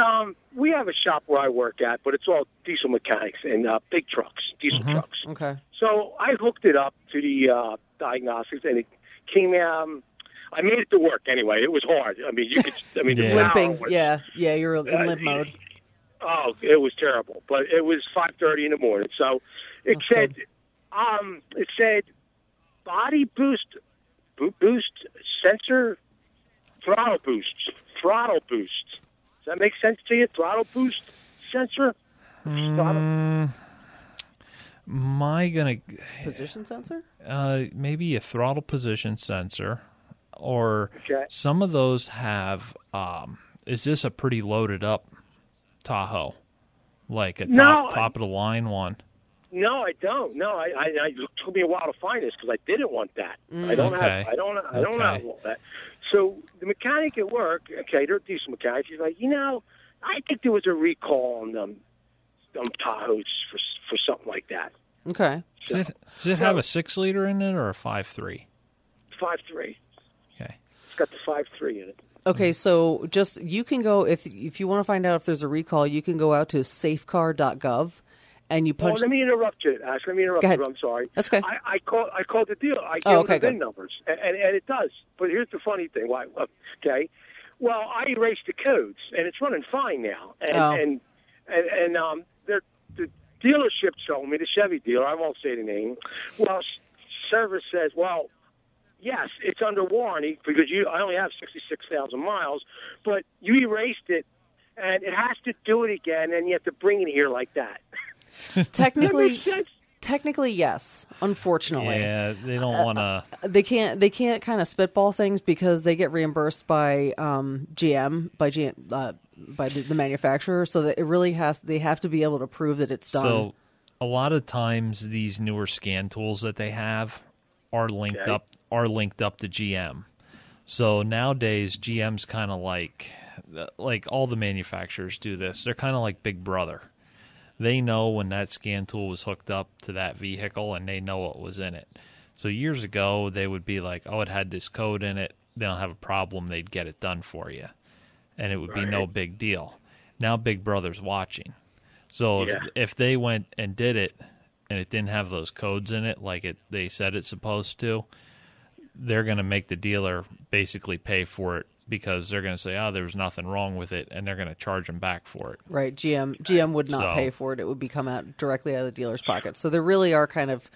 [SPEAKER 7] um, we have a shop where I work at, but it's all diesel mechanics and uh, big trucks, diesel trucks.
[SPEAKER 2] Okay.
[SPEAKER 7] So I hooked it up to the uh, diagnostics, and it came. Um, I made it to work anyway. It was hard. I mean, you could. I mean,
[SPEAKER 3] Yeah.
[SPEAKER 7] the power
[SPEAKER 2] Limping.
[SPEAKER 7] was-
[SPEAKER 2] Yeah. Yeah. You're in limp mode.
[SPEAKER 7] Oh, it was terrible. But it was five thirty in the morning, so it
[SPEAKER 2] That's
[SPEAKER 7] said, um, it said, body boost, bo- boost sensor, throttle boost, throttle boost. Does that make sense to you? Throttle boost sensor.
[SPEAKER 2] Hmm.
[SPEAKER 7] Throttle-
[SPEAKER 3] Am I gonna
[SPEAKER 2] Position sensor?
[SPEAKER 3] uh, maybe a throttle position sensor, or
[SPEAKER 7] Okay.
[SPEAKER 3] some of those have. Um, is this a pretty loaded up Tahoe, like a top,
[SPEAKER 7] No, I-
[SPEAKER 3] top of the line one?
[SPEAKER 7] No, I don't. No, I, I, I it took me a while to find this because I didn't want that. I don't
[SPEAKER 3] Mm, Okay.
[SPEAKER 7] have. I don't. I don't
[SPEAKER 3] Okay.
[SPEAKER 7] have all that. So the mechanic at work, okay, they're a decent mechanic. He's like, you know, I think there was a recall on them, them Tahoes for for something like that.
[SPEAKER 2] Okay.
[SPEAKER 7] So,
[SPEAKER 3] Does it, does it have a six liter in it or a five three?
[SPEAKER 7] five three.
[SPEAKER 3] Okay.
[SPEAKER 7] It's got the five three in it.
[SPEAKER 2] Okay.
[SPEAKER 7] Mm-hmm.
[SPEAKER 2] So just you can go if if you want to find out if there's a recall, you can go out to safecar.gov, and you
[SPEAKER 7] Oh,
[SPEAKER 2] punch.
[SPEAKER 7] let me interrupt you, Ash. Let me interrupt
[SPEAKER 2] Go ahead.
[SPEAKER 7] you. I'm sorry.
[SPEAKER 2] That's okay.
[SPEAKER 7] I, I call. I called the deal. I gave
[SPEAKER 2] Oh,
[SPEAKER 7] them
[SPEAKER 2] okay,
[SPEAKER 7] the
[SPEAKER 2] good.
[SPEAKER 7] VIN numbers, and, and and it does. But here's the funny thing. Why? well, Okay. Well, I erased the codes, and it's running fine now. And
[SPEAKER 2] Oh.
[SPEAKER 7] and and, and um, they're, the dealership told me the Chevy dealer. I won't say the name. Well, s- service says, well, yes, it's under warranty because you I only have 66,000 miles, but you erased it and it has to do it again and you have to bring it here like that. That
[SPEAKER 2] technically,
[SPEAKER 7] makes sense.
[SPEAKER 2] technically yes. Unfortunately.
[SPEAKER 3] Yeah, they don't want to.
[SPEAKER 2] they can't they can't kind of spitball things because they get reimbursed by um, GM by GM uh, by the, the manufacturer, so that it really has they have to be able to prove that it's done.
[SPEAKER 3] So, a lot of times these newer scan tools that they have are linked
[SPEAKER 7] Okay.
[SPEAKER 3] up are linked up to GM. So nowadays GM's kind of like like all the manufacturers do this. They're kind of like Big Brother. They know when that scan tool was hooked up to that vehicle and they know what was in it. So years ago they would be like, "Oh, it had this code in it. They don't have a problem. They'd get it done for you." And it would be no big deal. Now Big Brother's watching. So if,
[SPEAKER 7] Yeah.
[SPEAKER 3] if they went and did it and it didn't have those codes in it like it they said it's supposed to, they're going to make the dealer basically pay for it because they're going to say, "Oh, there was nothing wrong with it," and they're going to charge them back for it.
[SPEAKER 2] right, GM GM would not
[SPEAKER 3] So-
[SPEAKER 2] pay for it; it would be come out directly out of the dealer's pocket. So there really are kind of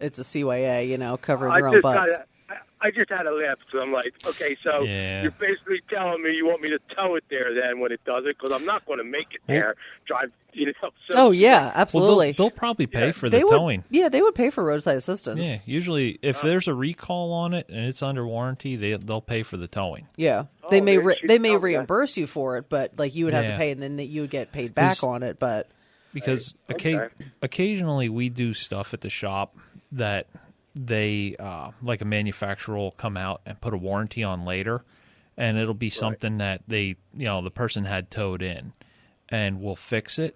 [SPEAKER 2] it's a CYA, you know, covering your
[SPEAKER 7] I
[SPEAKER 2] own
[SPEAKER 7] just
[SPEAKER 2] butts.
[SPEAKER 7] Gotta, I, I just had a laugh because I'm like, okay, so
[SPEAKER 3] Yeah.
[SPEAKER 7] you're basically telling me you want me to tow it there then when it does it because I'm not going to make it there. Drive, you know. So
[SPEAKER 2] oh yeah,
[SPEAKER 3] Well,
[SPEAKER 2] absolutely.
[SPEAKER 3] they'll, they'll probably pay for the
[SPEAKER 2] they would, Uh,
[SPEAKER 3] towing.
[SPEAKER 2] yeah, they would pay for roadside assistance.
[SPEAKER 3] Yeah, usually if there's a recall on it and it's under warranty, they they'll pay for the towing.
[SPEAKER 2] Yeah. they may
[SPEAKER 7] there's
[SPEAKER 2] re-
[SPEAKER 7] your-
[SPEAKER 2] they may
[SPEAKER 7] okay.
[SPEAKER 2] reimburse you for it, but like you would have to
[SPEAKER 3] Yeah.
[SPEAKER 2] pay, and then that you would get paid back
[SPEAKER 3] There's-
[SPEAKER 2] on it. But
[SPEAKER 3] because occa-
[SPEAKER 7] Okay.
[SPEAKER 3] occasionally we do stuff at the shop that they uh, like a manufacturer will come out and put a warranty on later and it'll be something that they you know the person had towed in and we'll fix it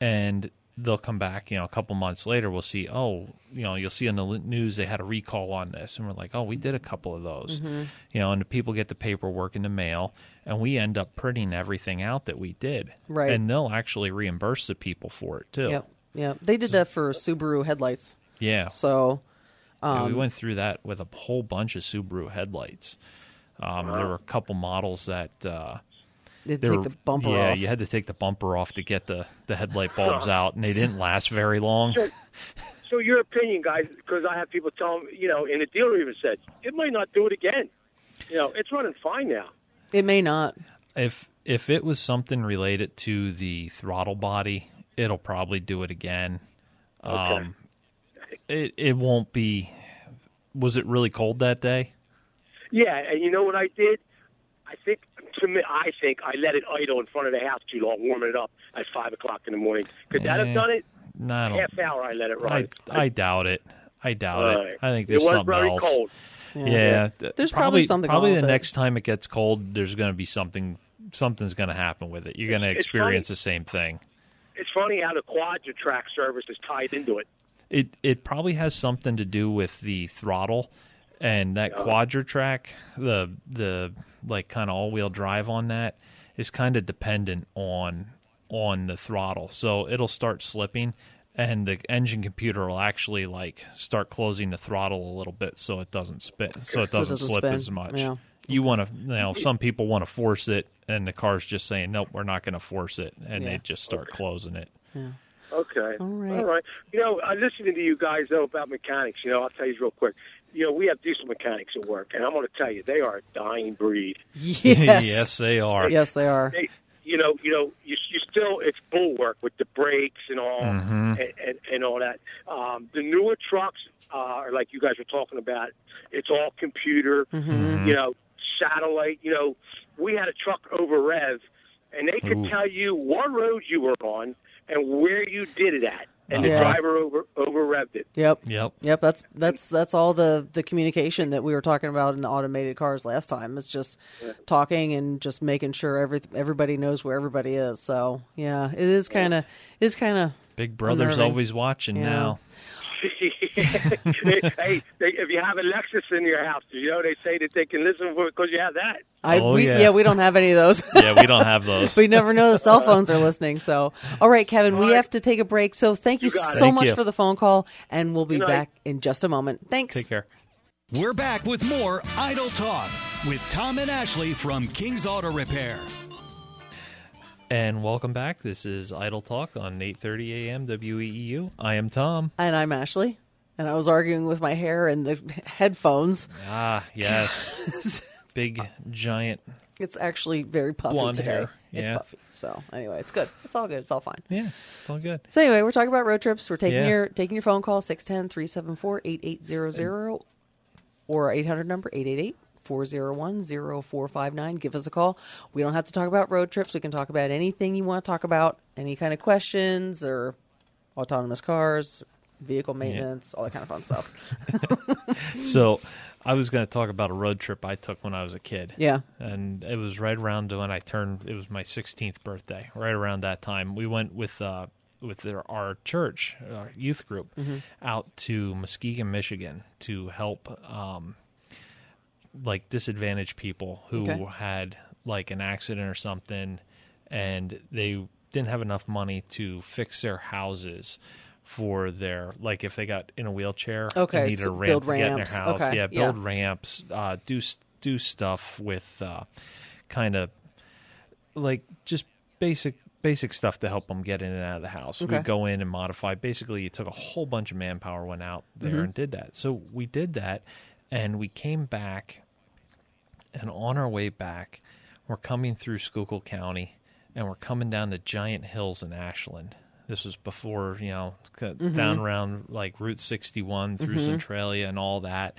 [SPEAKER 3] and they'll come back you know a couple months later we'll see oh you know you'll see on the l- news they had a recall on this and we're like oh we did a couple of those you know and the people get the paperwork in the mail and we end up printing everything out that we did
[SPEAKER 2] Right.
[SPEAKER 3] and they'll actually reimburse the people for it too
[SPEAKER 2] yeah, yeah, they did that for Subaru headlights.
[SPEAKER 3] yeah
[SPEAKER 2] So
[SPEAKER 3] Yeah, we went through that with a Um, whole bunch of Subaru headlights. Um, There were a couple models that uh,
[SPEAKER 2] They
[SPEAKER 3] they
[SPEAKER 2] take
[SPEAKER 3] were-
[SPEAKER 2] the bumper
[SPEAKER 3] yeah,
[SPEAKER 2] off.
[SPEAKER 3] you had to take the bumper off to get the, the headlight bulbs out, and they didn't last very long.
[SPEAKER 7] So, so your opinion, guys, because I have people tell me, you know, and the dealer even said it might not do it again. You know, it's running fine now.
[SPEAKER 2] It may not.
[SPEAKER 3] If if it was something related to the throttle body, it'll probably do it again. Um, it it won't be. Was it really cold that day?
[SPEAKER 7] Yeah, and you know what I did? I think to me, I think I let it idle in front of the house too long, warming it up at five o'clock in the morning. Could that
[SPEAKER 3] Eh,
[SPEAKER 7] have done it?
[SPEAKER 3] No, I don't.
[SPEAKER 7] Half hour, I let it
[SPEAKER 3] I,
[SPEAKER 7] ride.
[SPEAKER 3] I doubt it. I doubt
[SPEAKER 7] Right.
[SPEAKER 3] it. I think there's
[SPEAKER 7] it was
[SPEAKER 3] something
[SPEAKER 7] very
[SPEAKER 3] else.
[SPEAKER 7] cold.
[SPEAKER 3] Yeah. th-
[SPEAKER 2] There's probably something
[SPEAKER 3] Probably
[SPEAKER 2] wrong
[SPEAKER 3] the
[SPEAKER 2] with it.
[SPEAKER 3] next time it gets cold, there's going to be something. Something's going to happen with it. You're going to
[SPEAKER 7] It's- it's
[SPEAKER 3] experience the same thing.
[SPEAKER 7] It's funny how the quadra track service is tied into it.
[SPEAKER 3] It it probably has something to do with the throttle and that quadra track. The the like kind of all wheel drive on that is kind of dependent on on the throttle. So it'll start slipping and the engine computer will actually like start closing the throttle a little bit so it doesn't spit so it
[SPEAKER 2] So it
[SPEAKER 3] doesn't,
[SPEAKER 2] doesn't
[SPEAKER 3] slip
[SPEAKER 2] spin,
[SPEAKER 3] as much.
[SPEAKER 2] yeah.
[SPEAKER 3] You want to now some people want to force it and the car's just saying nope, we're not going to force it and
[SPEAKER 2] Yeah.
[SPEAKER 3] they just start closing it.
[SPEAKER 7] Okay.
[SPEAKER 2] All right.
[SPEAKER 7] All right. You know, I listening to you guys though about mechanics. You know, I'll tell you real quick. You know, we have diesel mechanics at work, and I'm going to tell you they are a dying breed.
[SPEAKER 2] Yes.
[SPEAKER 3] yes, they are.
[SPEAKER 2] Yes, they are.
[SPEAKER 7] They, you know, you know, you, you still it's bull work with the brakes and all and, and, and all that. Um, the newer trucks uh, are like you guys were talking about. It's all computer. You know, satellite. You know, we had a truck over Rev, and they could tell you what road you were on and where you did it at. And
[SPEAKER 2] Yeah.
[SPEAKER 7] the driver over over revved it.
[SPEAKER 2] Yep.
[SPEAKER 3] Yep.
[SPEAKER 2] Yep, that's that's that's all the the communication that we were talking about in the automated cars last time. It's just talking and just making sure every everybody knows where everybody is. So yeah, it is kind of is kind of
[SPEAKER 3] Big Brother's
[SPEAKER 2] Unnerving.
[SPEAKER 3] always watching
[SPEAKER 2] Yeah.
[SPEAKER 3] now.
[SPEAKER 7] hey, they, if you have a Lexus in your house, you know they say that they can listen for because you have that.
[SPEAKER 2] I
[SPEAKER 3] Oh,
[SPEAKER 2] we,
[SPEAKER 3] yeah.
[SPEAKER 2] yeah. we don't have any of those.
[SPEAKER 3] Yeah, we don't have those.
[SPEAKER 2] we never know the cell phones are listening. So all right, Kevin, we have to take a break. So thank you,
[SPEAKER 7] You got it.
[SPEAKER 2] so
[SPEAKER 3] Thank
[SPEAKER 2] much
[SPEAKER 3] you.
[SPEAKER 2] for the phone call, and we'll be
[SPEAKER 7] Good night.
[SPEAKER 2] back in just a moment. Thanks.
[SPEAKER 3] Take care.
[SPEAKER 1] We're back with more Idle Talk with Tom and Ashley from King's Auto Repair.
[SPEAKER 3] And welcome back. This is Idle Talk on 8:30 a.m. WEEU. E I am Tom.
[SPEAKER 2] And I'm Ashley, and I was arguing with my hair and the headphones.
[SPEAKER 3] Ah, yes. Big giant.
[SPEAKER 2] It's actually very puffy
[SPEAKER 3] Blonde
[SPEAKER 2] today.
[SPEAKER 3] hair,
[SPEAKER 2] It's
[SPEAKER 3] yeah.
[SPEAKER 2] puffy. So anyway, it's good. It's all good. It's all fine.
[SPEAKER 3] Yeah, it's all good.
[SPEAKER 2] So anyway, we're talking about road trips. We're taking
[SPEAKER 3] Yeah.
[SPEAKER 2] your taking your phone call 610-374-8800 or 800 number 888-401-0459. Give us a call. We don't have to talk about road trips. We can talk about anything you want to talk about, any kind of questions or autonomous cars, vehicle maintenance, all that kind of fun stuff.
[SPEAKER 3] So, I was going to talk about a road trip I took when I was a kid.
[SPEAKER 2] Yeah.
[SPEAKER 3] And it was right around when I turned it was my 16th birthday, right around that time. We went with uh with their, our church, our youth group,
[SPEAKER 2] Mm-hmm.
[SPEAKER 3] out to Muskegon, Michigan, to help um, like disadvantaged people who
[SPEAKER 2] Okay.
[SPEAKER 3] had like an accident or something and they didn't have enough money to fix their houses for their like if they got in a wheelchair and
[SPEAKER 2] Okay,
[SPEAKER 3] needed a
[SPEAKER 2] so
[SPEAKER 3] ramp
[SPEAKER 2] build
[SPEAKER 3] to get in their
[SPEAKER 2] ramps.
[SPEAKER 3] house
[SPEAKER 2] Okay,
[SPEAKER 3] yeah
[SPEAKER 2] yeah.
[SPEAKER 3] build ramps uh, do s- do stuff with uh, kind of like just basic basic stuff to help them get in and out of the house.
[SPEAKER 2] Okay.
[SPEAKER 3] We'd go in and modify. Basically, you took a whole bunch of manpower, went out there
[SPEAKER 2] Mm-hmm.
[SPEAKER 3] and did that. So we did that, and we came back, and on our way back, we're coming through Schuylkill County, and we're coming down the giant hills in Ashland. This was before you know c-
[SPEAKER 2] Mm-hmm.
[SPEAKER 3] down around like Route 61 through Centralia and all that,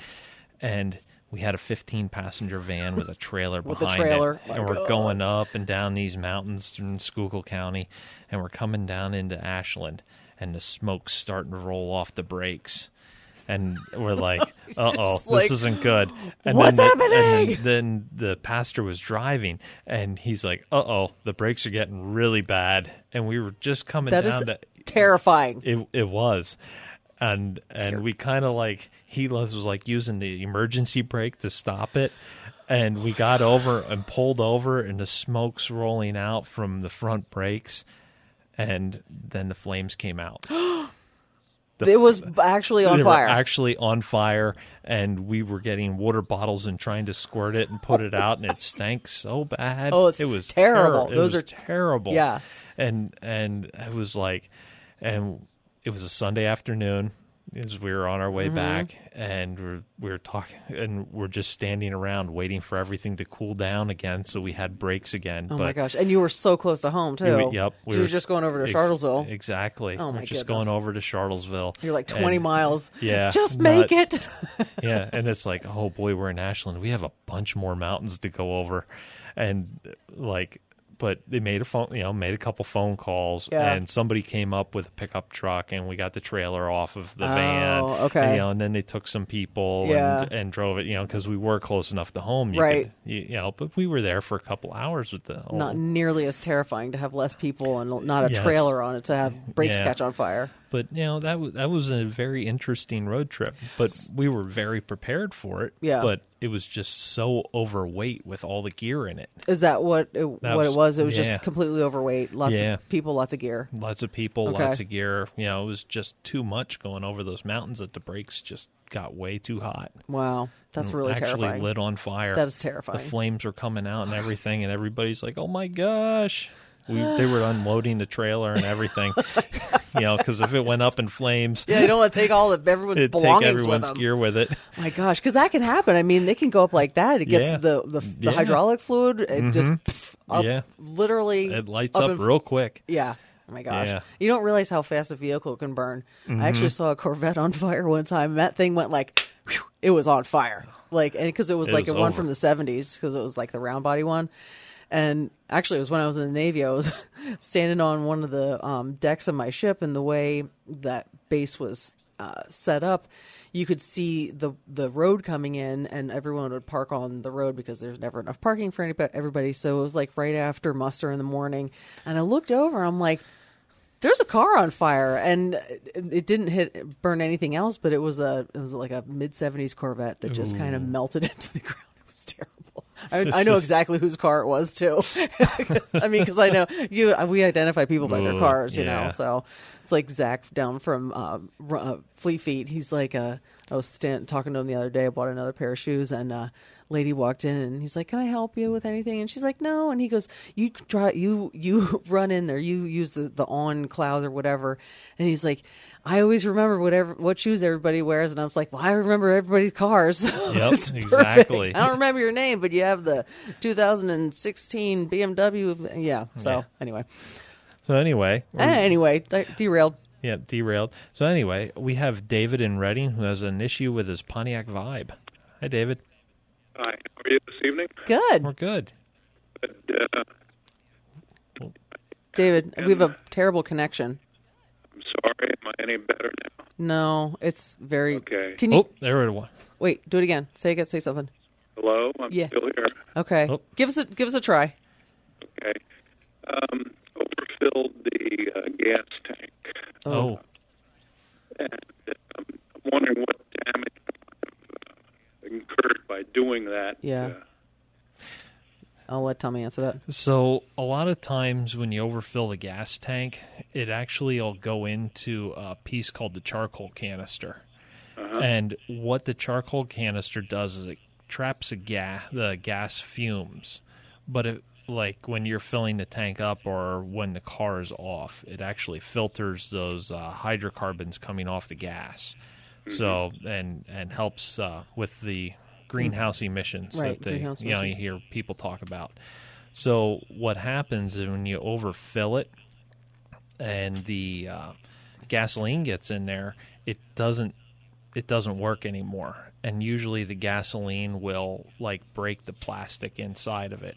[SPEAKER 3] and. We had a 15 passenger van with a trailer
[SPEAKER 2] With the
[SPEAKER 3] behind
[SPEAKER 2] trailer.
[SPEAKER 3] it, and we're going up and down these mountains in Schuylkill County, and we're coming down into Ashland, and the smoke's starting to roll off the brakes, and we're like, "Uh oh, this
[SPEAKER 2] like,
[SPEAKER 3] isn't good." And
[SPEAKER 2] "What's
[SPEAKER 3] then the, and
[SPEAKER 2] happening?"
[SPEAKER 3] then, then the pastor was driving, and he's like, "Uh oh, the brakes are getting really bad," and we were just coming
[SPEAKER 2] That is
[SPEAKER 3] down to
[SPEAKER 2] terrifying.
[SPEAKER 3] it it was. And and we kind of like he was was, like using the emergency brake to stop it, and we got over and pulled over, and the smoke's rolling out from the front brakes, and then the flames came out.
[SPEAKER 2] it was actually on
[SPEAKER 3] they
[SPEAKER 2] fire.
[SPEAKER 3] were actually on fire, and we were getting water bottles and trying to squirt it and put it out, and it stank so bad.
[SPEAKER 2] Oh, it's
[SPEAKER 3] it was
[SPEAKER 2] terrible.
[SPEAKER 3] terri- it
[SPEAKER 2] Those
[SPEAKER 3] was
[SPEAKER 2] are-
[SPEAKER 3] terrible.
[SPEAKER 2] Yeah.
[SPEAKER 3] and and it was like, and it was a Sunday afternoon as we were on our
[SPEAKER 2] Mm-hmm.
[SPEAKER 3] way back, and we're, we were talking, and we're just standing around waiting for everything to cool down again, so we had breaks again.
[SPEAKER 2] oh
[SPEAKER 3] but
[SPEAKER 2] my gosh! And you were so close to home too.
[SPEAKER 3] we were- yep.
[SPEAKER 2] so you're just going over to Charlottesville.
[SPEAKER 3] Exactly.
[SPEAKER 2] Oh,
[SPEAKER 3] we're
[SPEAKER 2] my
[SPEAKER 3] just
[SPEAKER 2] goodness.
[SPEAKER 3] going over to Charlottesville.
[SPEAKER 2] you're like
[SPEAKER 3] And-
[SPEAKER 2] 20 miles.
[SPEAKER 3] Yeah,
[SPEAKER 2] Just make
[SPEAKER 3] not-
[SPEAKER 2] it.
[SPEAKER 3] yeah, and it's like, oh boy, we're in Ashland. We have a bunch more mountains to go over, and like, but they made a phone, you know, made a couple phone calls,
[SPEAKER 2] Yeah.
[SPEAKER 3] and somebody came up with a pickup truck, and we got the trailer off of the van.
[SPEAKER 2] Oh, okay.
[SPEAKER 3] And, you know, and then they took some people
[SPEAKER 2] Yeah.
[SPEAKER 3] and, and drove it, you know, because we were close enough to home, you
[SPEAKER 2] Right.
[SPEAKER 3] could- you, you know, but we were there for a couple hours with the old,
[SPEAKER 2] Not nearly as terrifying to have less people and not a
[SPEAKER 3] Yes.
[SPEAKER 2] trailer on it to have brakes
[SPEAKER 3] Yeah.
[SPEAKER 2] catch on fire.
[SPEAKER 3] but you know that was that was a very interesting road trip but we were very prepared for it
[SPEAKER 2] Yeah.
[SPEAKER 3] but it was just so overweight with all the gear in it
[SPEAKER 2] Is that what it,
[SPEAKER 3] That
[SPEAKER 2] what it
[SPEAKER 3] was-
[SPEAKER 2] was? It was
[SPEAKER 3] yeah.
[SPEAKER 2] just completely overweight. Lots
[SPEAKER 3] Yeah.
[SPEAKER 2] of people, lots of gear.
[SPEAKER 3] lots of people
[SPEAKER 2] Okay.
[SPEAKER 3] lots of gear you know it was just too much going over those mountains that the brakes just got way too hot
[SPEAKER 2] Wow, that's
[SPEAKER 3] And
[SPEAKER 2] really
[SPEAKER 3] actually
[SPEAKER 2] terrifying.
[SPEAKER 3] lit on fire
[SPEAKER 2] That is terrifying.
[SPEAKER 3] the flames were coming out and everything and everybody's like oh my gosh we, they were unloading the trailer and everything you know because if it went up in flames
[SPEAKER 2] Yeah, you don't want to take all of everyone's
[SPEAKER 3] it'd
[SPEAKER 2] belongings
[SPEAKER 3] take everyone's
[SPEAKER 2] with them.
[SPEAKER 3] gear with it
[SPEAKER 2] My gosh, because that can happen. I mean, they can go up like that. It gets
[SPEAKER 3] Yeah.
[SPEAKER 2] the the, the
[SPEAKER 3] Yeah. Mm-hmm.
[SPEAKER 2] hydraulic fluid. It just pff, up,
[SPEAKER 3] Yeah.
[SPEAKER 2] literally
[SPEAKER 3] it lights
[SPEAKER 2] up
[SPEAKER 3] up,
[SPEAKER 2] in-
[SPEAKER 3] real quick
[SPEAKER 2] Yeah. Oh my gosh.
[SPEAKER 3] Yeah.
[SPEAKER 2] You don't realize how fast a vehicle can burn. I actually saw a Corvette on fire one time. That thing went like, whew, it was on fire. Like, and because it was
[SPEAKER 3] It
[SPEAKER 2] like
[SPEAKER 3] was
[SPEAKER 2] a one
[SPEAKER 3] over.
[SPEAKER 2] from the 70s, because it was like the round body one. And actually, it was when I was in the Navy. I was standing on one of the um, decks of my ship, and the way that base was uh, set up, you could see the the road coming in, and everyone would park on the road because there's never enough parking for anybody. Everybody, so it was like right after muster in the morning, and I looked over. I'm like, there's a car on fire and it didn't hit burn anything else but it was a it was like a mid 70s corvette that just kind of melted into the ground it was terrible I, I know exactly whose car it was too i mean because i know you we identify people by their
[SPEAKER 3] Ooh,
[SPEAKER 2] cars you
[SPEAKER 3] yeah.
[SPEAKER 2] know so it's like zach down from um, Ru- uh, flea feet he's like uh, i was stand, talking to him the other day about another pair of shoes and uh lady walked in and he's like can i help you with anything and she's like no and he goes you try you you run in there you use the the on cloud or whatever and he's like i always remember whatever what shoes everybody wears and i was like well i remember everybody's cars
[SPEAKER 3] Yep,
[SPEAKER 2] It's perfect.
[SPEAKER 3] exactly.
[SPEAKER 2] i don't remember your name but you have the 2016 bmw yeah so
[SPEAKER 3] Yeah.
[SPEAKER 2] anyway
[SPEAKER 3] so anyway
[SPEAKER 2] Eh, anyway de- derailed
[SPEAKER 3] Yep, derailed. So anyway, we have David in Reading who has an issue with his Pontiac Vibe. Hi, David.
[SPEAKER 8] Hi, how are you this evening?
[SPEAKER 2] good
[SPEAKER 3] We're good.
[SPEAKER 8] Uh,
[SPEAKER 2] david we have a terrible connection
[SPEAKER 8] I'm sorry, am I any better now?
[SPEAKER 2] no it's very
[SPEAKER 8] Okay.
[SPEAKER 2] can you
[SPEAKER 3] Oh, there it was.
[SPEAKER 2] wait do it again say again say something
[SPEAKER 8] Hello, I'm
[SPEAKER 2] Yeah.
[SPEAKER 8] still here.
[SPEAKER 2] Okay.
[SPEAKER 3] Oh.
[SPEAKER 2] Give us a give us a try.
[SPEAKER 8] Okay. Um, overfilled the uh, gas tank.
[SPEAKER 3] Oh,
[SPEAKER 8] I'm wondering what damage I've uh, incurred by doing that.
[SPEAKER 2] Yeah.
[SPEAKER 8] Uh,
[SPEAKER 2] I'll let Tommy answer that.
[SPEAKER 3] so a lot of times when you overfill the gas tank, it actually will go into a piece called the charcoal canister.
[SPEAKER 2] Uh-huh.
[SPEAKER 3] And what the charcoal canister does is it traps a gas, the gas fumes. But it, like when you're filling the tank up or when the car is off, it actually filters those uh, hydrocarbons coming off the gas.
[SPEAKER 2] Mm-hmm.
[SPEAKER 3] So and and helps uh, with the greenhouse emissions
[SPEAKER 2] Right,
[SPEAKER 3] that they
[SPEAKER 2] greenhouse
[SPEAKER 3] you know you
[SPEAKER 2] emissions.
[SPEAKER 3] hear people talk about. So what happens is when you overfill it, and the uh, gasoline gets in there, it doesn't it doesn't work anymore. And usually the gasoline will like break the plastic inside of it.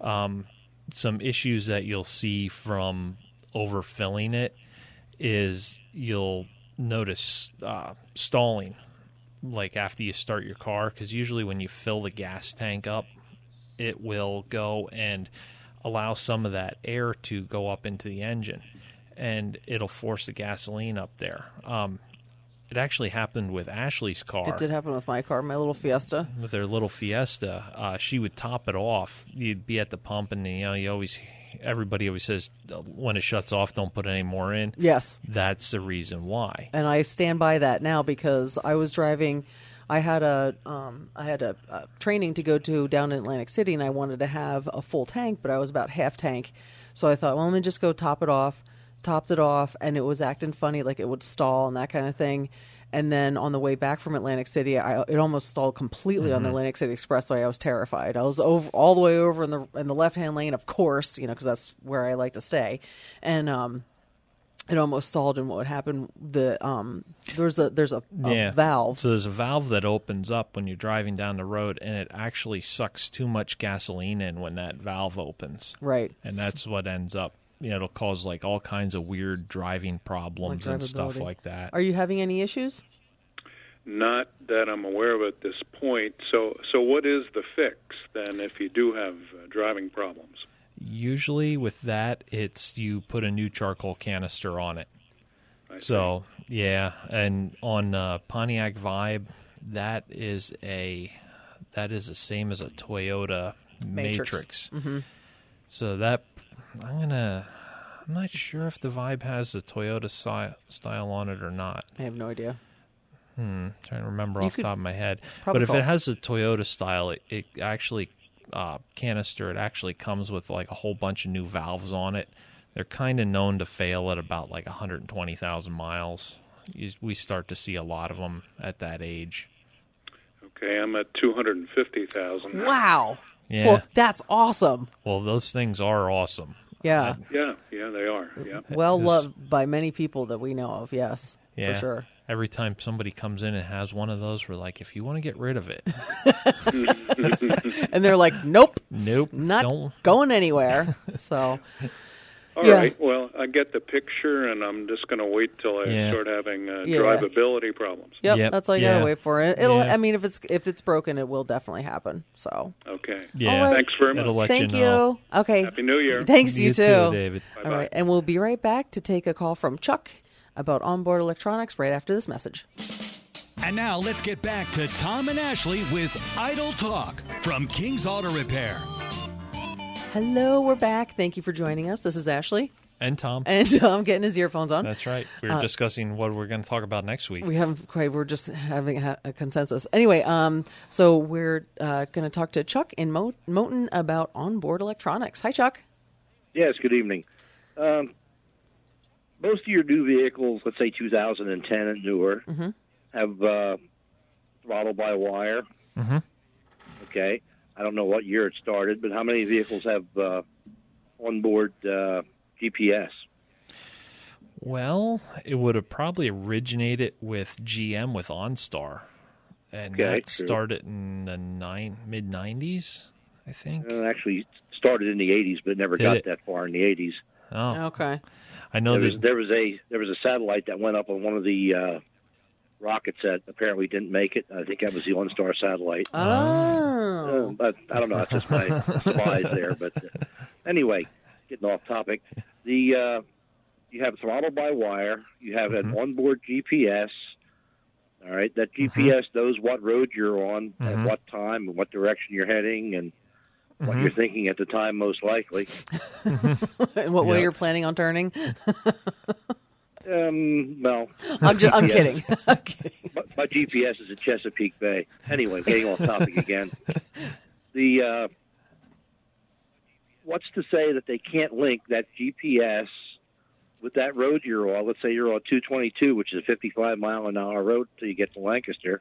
[SPEAKER 3] Um, some issues that you'll see from overfilling it is you'll notice uh, stalling like after you start your car because usually when you fill the gas tank up it will go and allow some of that air to go up into the engine and it'll force the gasoline up there um, It actually happened with Ashley's car.
[SPEAKER 2] It did happen with my car, my little Fiesta.
[SPEAKER 3] with her little Fiesta, uh, she would top it off. You'd be at the pump, and you know you always, everybody always says "Uh, when it shuts off, don't put any more in.
[SPEAKER 2] Yes.
[SPEAKER 3] That's the reason why.
[SPEAKER 2] and I stand by that now because I was driving. I had a um, I had a, a training to go to down in Atlantic City, and I wanted to have a full tank, but I was about half tank. So I thought, well, let me just go top it off. Topped it off, and it was acting funny, like it would stall and that kind of thing. And then on the way back from Atlantic City, I, it almost stalled completely on the Atlantic City Expressway. I was terrified. I was over all the way over in the in the left hand lane, of course, you know, because that's where I like to stay. And um, it almost stalled and what would happen the um there's a there's a, a valve
[SPEAKER 3] So there's a valve that opens up when you're driving down the road, and it actually sucks too much gasoline in when that valve opens.
[SPEAKER 2] right
[SPEAKER 3] And that's what ends up. You know, it'll cause like all kinds of weird driving problems and stuff
[SPEAKER 2] drivability.
[SPEAKER 3] like that.
[SPEAKER 2] are you having any issues
[SPEAKER 7] Not that I'm aware of at this point. So, so what is the fix then if you do have uh, driving problems?
[SPEAKER 3] Usually with that, it's you put a new charcoal canister on it. So yeah, and on uh, Pontiac Vibe, that is a that is the same as a Toyota Matrix.
[SPEAKER 2] Matrix.
[SPEAKER 3] So that I'm gonna I'm not sure if the Vibe has the Toyota si- style on it or not.
[SPEAKER 2] i have no idea
[SPEAKER 3] I'm trying to remember off the
[SPEAKER 2] could
[SPEAKER 3] top of my head. But
[SPEAKER 2] probably
[SPEAKER 3] if
[SPEAKER 2] call-
[SPEAKER 3] it has the Toyota style, it, it actually uh, canister. It actually comes with like a whole bunch of new valves on it. They're kind of known to fail at about like 120,000 miles. You, we start to see a lot of them at that age.
[SPEAKER 7] Okay, I'm at 250,000.
[SPEAKER 2] wow
[SPEAKER 3] Yeah.
[SPEAKER 2] well that's awesome
[SPEAKER 3] Well, those things are awesome.
[SPEAKER 2] yeah
[SPEAKER 7] Yeah, yeah, they are. Yeah.
[SPEAKER 2] well
[SPEAKER 3] This-
[SPEAKER 2] loved by many people that we know of yes
[SPEAKER 3] Yeah.
[SPEAKER 2] for sure
[SPEAKER 3] Every time somebody comes in and has one of those, we're like, if you want to get rid of it,
[SPEAKER 2] and they're like nope
[SPEAKER 3] nope,
[SPEAKER 2] not
[SPEAKER 3] don't.
[SPEAKER 2] going anywhere so
[SPEAKER 7] All right.
[SPEAKER 2] Yeah.
[SPEAKER 7] Well, I get the picture, and I'm just going to wait till I
[SPEAKER 3] Yeah.
[SPEAKER 7] start having uh,
[SPEAKER 2] Yeah.
[SPEAKER 7] drivability problems.
[SPEAKER 2] yep,
[SPEAKER 3] Yep,
[SPEAKER 2] that's all you
[SPEAKER 3] yeah.
[SPEAKER 2] gotta wait for it it'll
[SPEAKER 3] Yeah.
[SPEAKER 2] i mean if it's if it's broken it will definitely happen so
[SPEAKER 7] Okay.
[SPEAKER 3] Yeah,
[SPEAKER 2] right.
[SPEAKER 7] Thanks very much.
[SPEAKER 3] it'll let
[SPEAKER 2] thank
[SPEAKER 3] you
[SPEAKER 2] you,
[SPEAKER 3] know.
[SPEAKER 2] okay
[SPEAKER 7] Happy New Year.
[SPEAKER 2] thanks you,
[SPEAKER 3] You too, David.
[SPEAKER 2] all
[SPEAKER 7] Bye-bye.
[SPEAKER 2] right and we'll be right back to take a call from chuck about onboard electronics right after this message
[SPEAKER 1] And now let's get back to Tom and Ashley with Idle Talk from King's Auto Repair.
[SPEAKER 2] Hello, we're back. Thank you for joining us. This is Ashley,
[SPEAKER 3] And Tom.
[SPEAKER 2] and Uh, I'm getting his earphones on.
[SPEAKER 3] That's right. We were discussing what we're going to talk about next week.
[SPEAKER 2] We haven't quite. We're just having ha- a consensus. Anyway, um, so we're uh, going to talk to Chuck in Mo- Moton about onboard electronics. Hi, Chuck.
[SPEAKER 6] Yes, good evening. Um, most of your new vehicles, let's say 2010 and newer, have uh, throttle by wire. Mm-hmm. Okay. I don't know what year it started, but how many vehicles have uh, onboard uh, GPS?
[SPEAKER 3] Well, it would have probably originated with GM with OnStar, and
[SPEAKER 6] Okay,
[SPEAKER 3] that
[SPEAKER 6] true.
[SPEAKER 3] started in the nine mid '90s, I think.
[SPEAKER 2] Uh,
[SPEAKER 6] Well, it actually started in the 80s, but never
[SPEAKER 3] Did
[SPEAKER 6] got
[SPEAKER 3] it?
[SPEAKER 6] that far in the 80s.
[SPEAKER 3] oh,
[SPEAKER 2] Okay.
[SPEAKER 3] I know
[SPEAKER 6] There was,
[SPEAKER 3] that.
[SPEAKER 6] there was a there was a satellite that went up on one of the uh, rockets that apparently didn't make it. I think that was the OnStar satellite.
[SPEAKER 2] Oh,
[SPEAKER 6] Um, but I don't know. It's just my spies there. But uh, anyway, getting off topic, the uh, you have throttle by wire. You have an onboard GPS. All right, that GPS knows what road you're on at
[SPEAKER 3] Mhm.
[SPEAKER 6] what time and what direction you're heading and what you're thinking at the time, most likely.
[SPEAKER 2] in what way
[SPEAKER 3] Yeah.
[SPEAKER 2] you're planning on turning?
[SPEAKER 6] Um, well,
[SPEAKER 2] I'm, ju- I'm
[SPEAKER 6] Yeah.
[SPEAKER 2] kidding. I'm kidding.
[SPEAKER 6] my, my GPS is at Chesapeake Bay. Anyway, getting off topic again. The uh, what's to say that they can't link that GPS with that road you're on? Let's say you're on 222, which is a 55 mile an hour road till you get to Lancaster,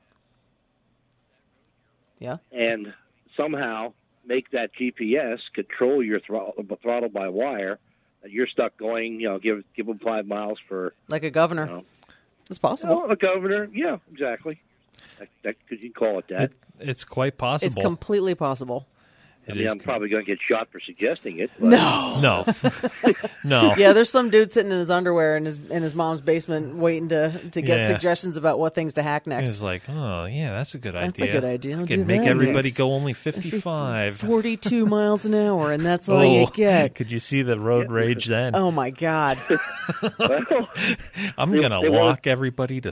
[SPEAKER 2] Yeah.
[SPEAKER 6] and somehow make that GPS control your throttle, throttle by wire. That you're stuck going, you know, give give them five miles for
[SPEAKER 2] Like a governor.
[SPEAKER 6] No.
[SPEAKER 2] It's possible.
[SPEAKER 6] oh, the governor. Yeah, exactly. That, that could you call it that?
[SPEAKER 3] It, it's quite possible.
[SPEAKER 2] It's completely possible.
[SPEAKER 9] I mean,
[SPEAKER 3] is
[SPEAKER 9] I'm
[SPEAKER 3] com-
[SPEAKER 9] probably going to get shot for suggesting it. but-
[SPEAKER 2] No.
[SPEAKER 3] No. no.
[SPEAKER 2] yeah, there's some dude sitting in his underwear in his in his mom's basement waiting to to get
[SPEAKER 3] Yeah.
[SPEAKER 2] suggestions about what things to hack next.
[SPEAKER 3] It's like, oh yeah, that's a good
[SPEAKER 2] That's a
[SPEAKER 3] idea.
[SPEAKER 2] good idea. I'll
[SPEAKER 3] I can
[SPEAKER 2] do
[SPEAKER 3] make
[SPEAKER 2] that
[SPEAKER 3] everybody
[SPEAKER 2] next.
[SPEAKER 3] go only fifty-five.
[SPEAKER 2] 42 miles an hour, and that's all
[SPEAKER 3] oh,
[SPEAKER 2] you get.
[SPEAKER 3] could you see the road rage then?
[SPEAKER 2] Oh my God!
[SPEAKER 9] Well,
[SPEAKER 3] I'm
[SPEAKER 9] They-
[SPEAKER 3] gonna
[SPEAKER 9] they wanna-
[SPEAKER 3] lock everybody to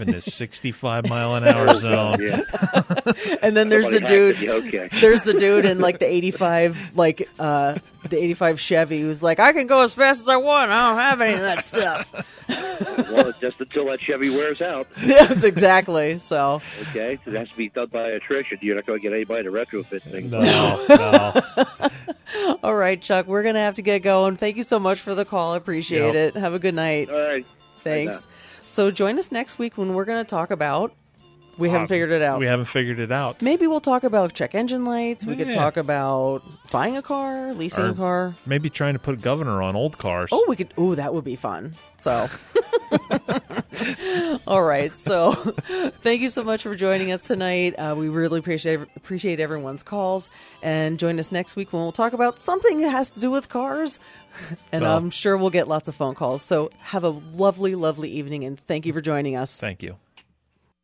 [SPEAKER 3] in this 65 mile an hour zone.
[SPEAKER 9] yeah.
[SPEAKER 2] And then there's the
[SPEAKER 9] Somebody hacked
[SPEAKER 2] dude.
[SPEAKER 9] it. Yeah, okay.
[SPEAKER 2] There's the dude in like the 85, like uh, the 85 Chevy, who's like, I can go as fast as I want. I don't have any of that stuff.
[SPEAKER 9] well, just until that Chevy wears out.
[SPEAKER 2] yes, exactly. So
[SPEAKER 9] Okay, so it has to be done by attrition. You're not going to get anybody to retrofit things.
[SPEAKER 3] No, no.
[SPEAKER 2] All right, Chuck, we're going to have to get going. Thank you so much for the call. Appreciate it. Have a good night.
[SPEAKER 9] All right.
[SPEAKER 2] Thanks.
[SPEAKER 9] Bye
[SPEAKER 2] So join us next week when we're going to talk about. We haven't figured it out.
[SPEAKER 3] Um, We haven't figured it out.
[SPEAKER 2] Maybe we'll talk about check engine lights. We could
[SPEAKER 3] Yeah.
[SPEAKER 2] talk about buying a car, leasing
[SPEAKER 3] Or-
[SPEAKER 2] a car.
[SPEAKER 3] Maybe trying to put a governor on old cars.
[SPEAKER 2] Oh, we could. Oh, that would be fun. So, all right. So, thank you so much for joining us tonight. Uh, we really appreciate appreciate everyone's calls, and join us next week when we'll talk about something that has to do with cars. And
[SPEAKER 3] Well-
[SPEAKER 2] I'm sure we'll get lots of phone calls. So, have a lovely, lovely evening, and thank you for joining us.
[SPEAKER 3] Thank you.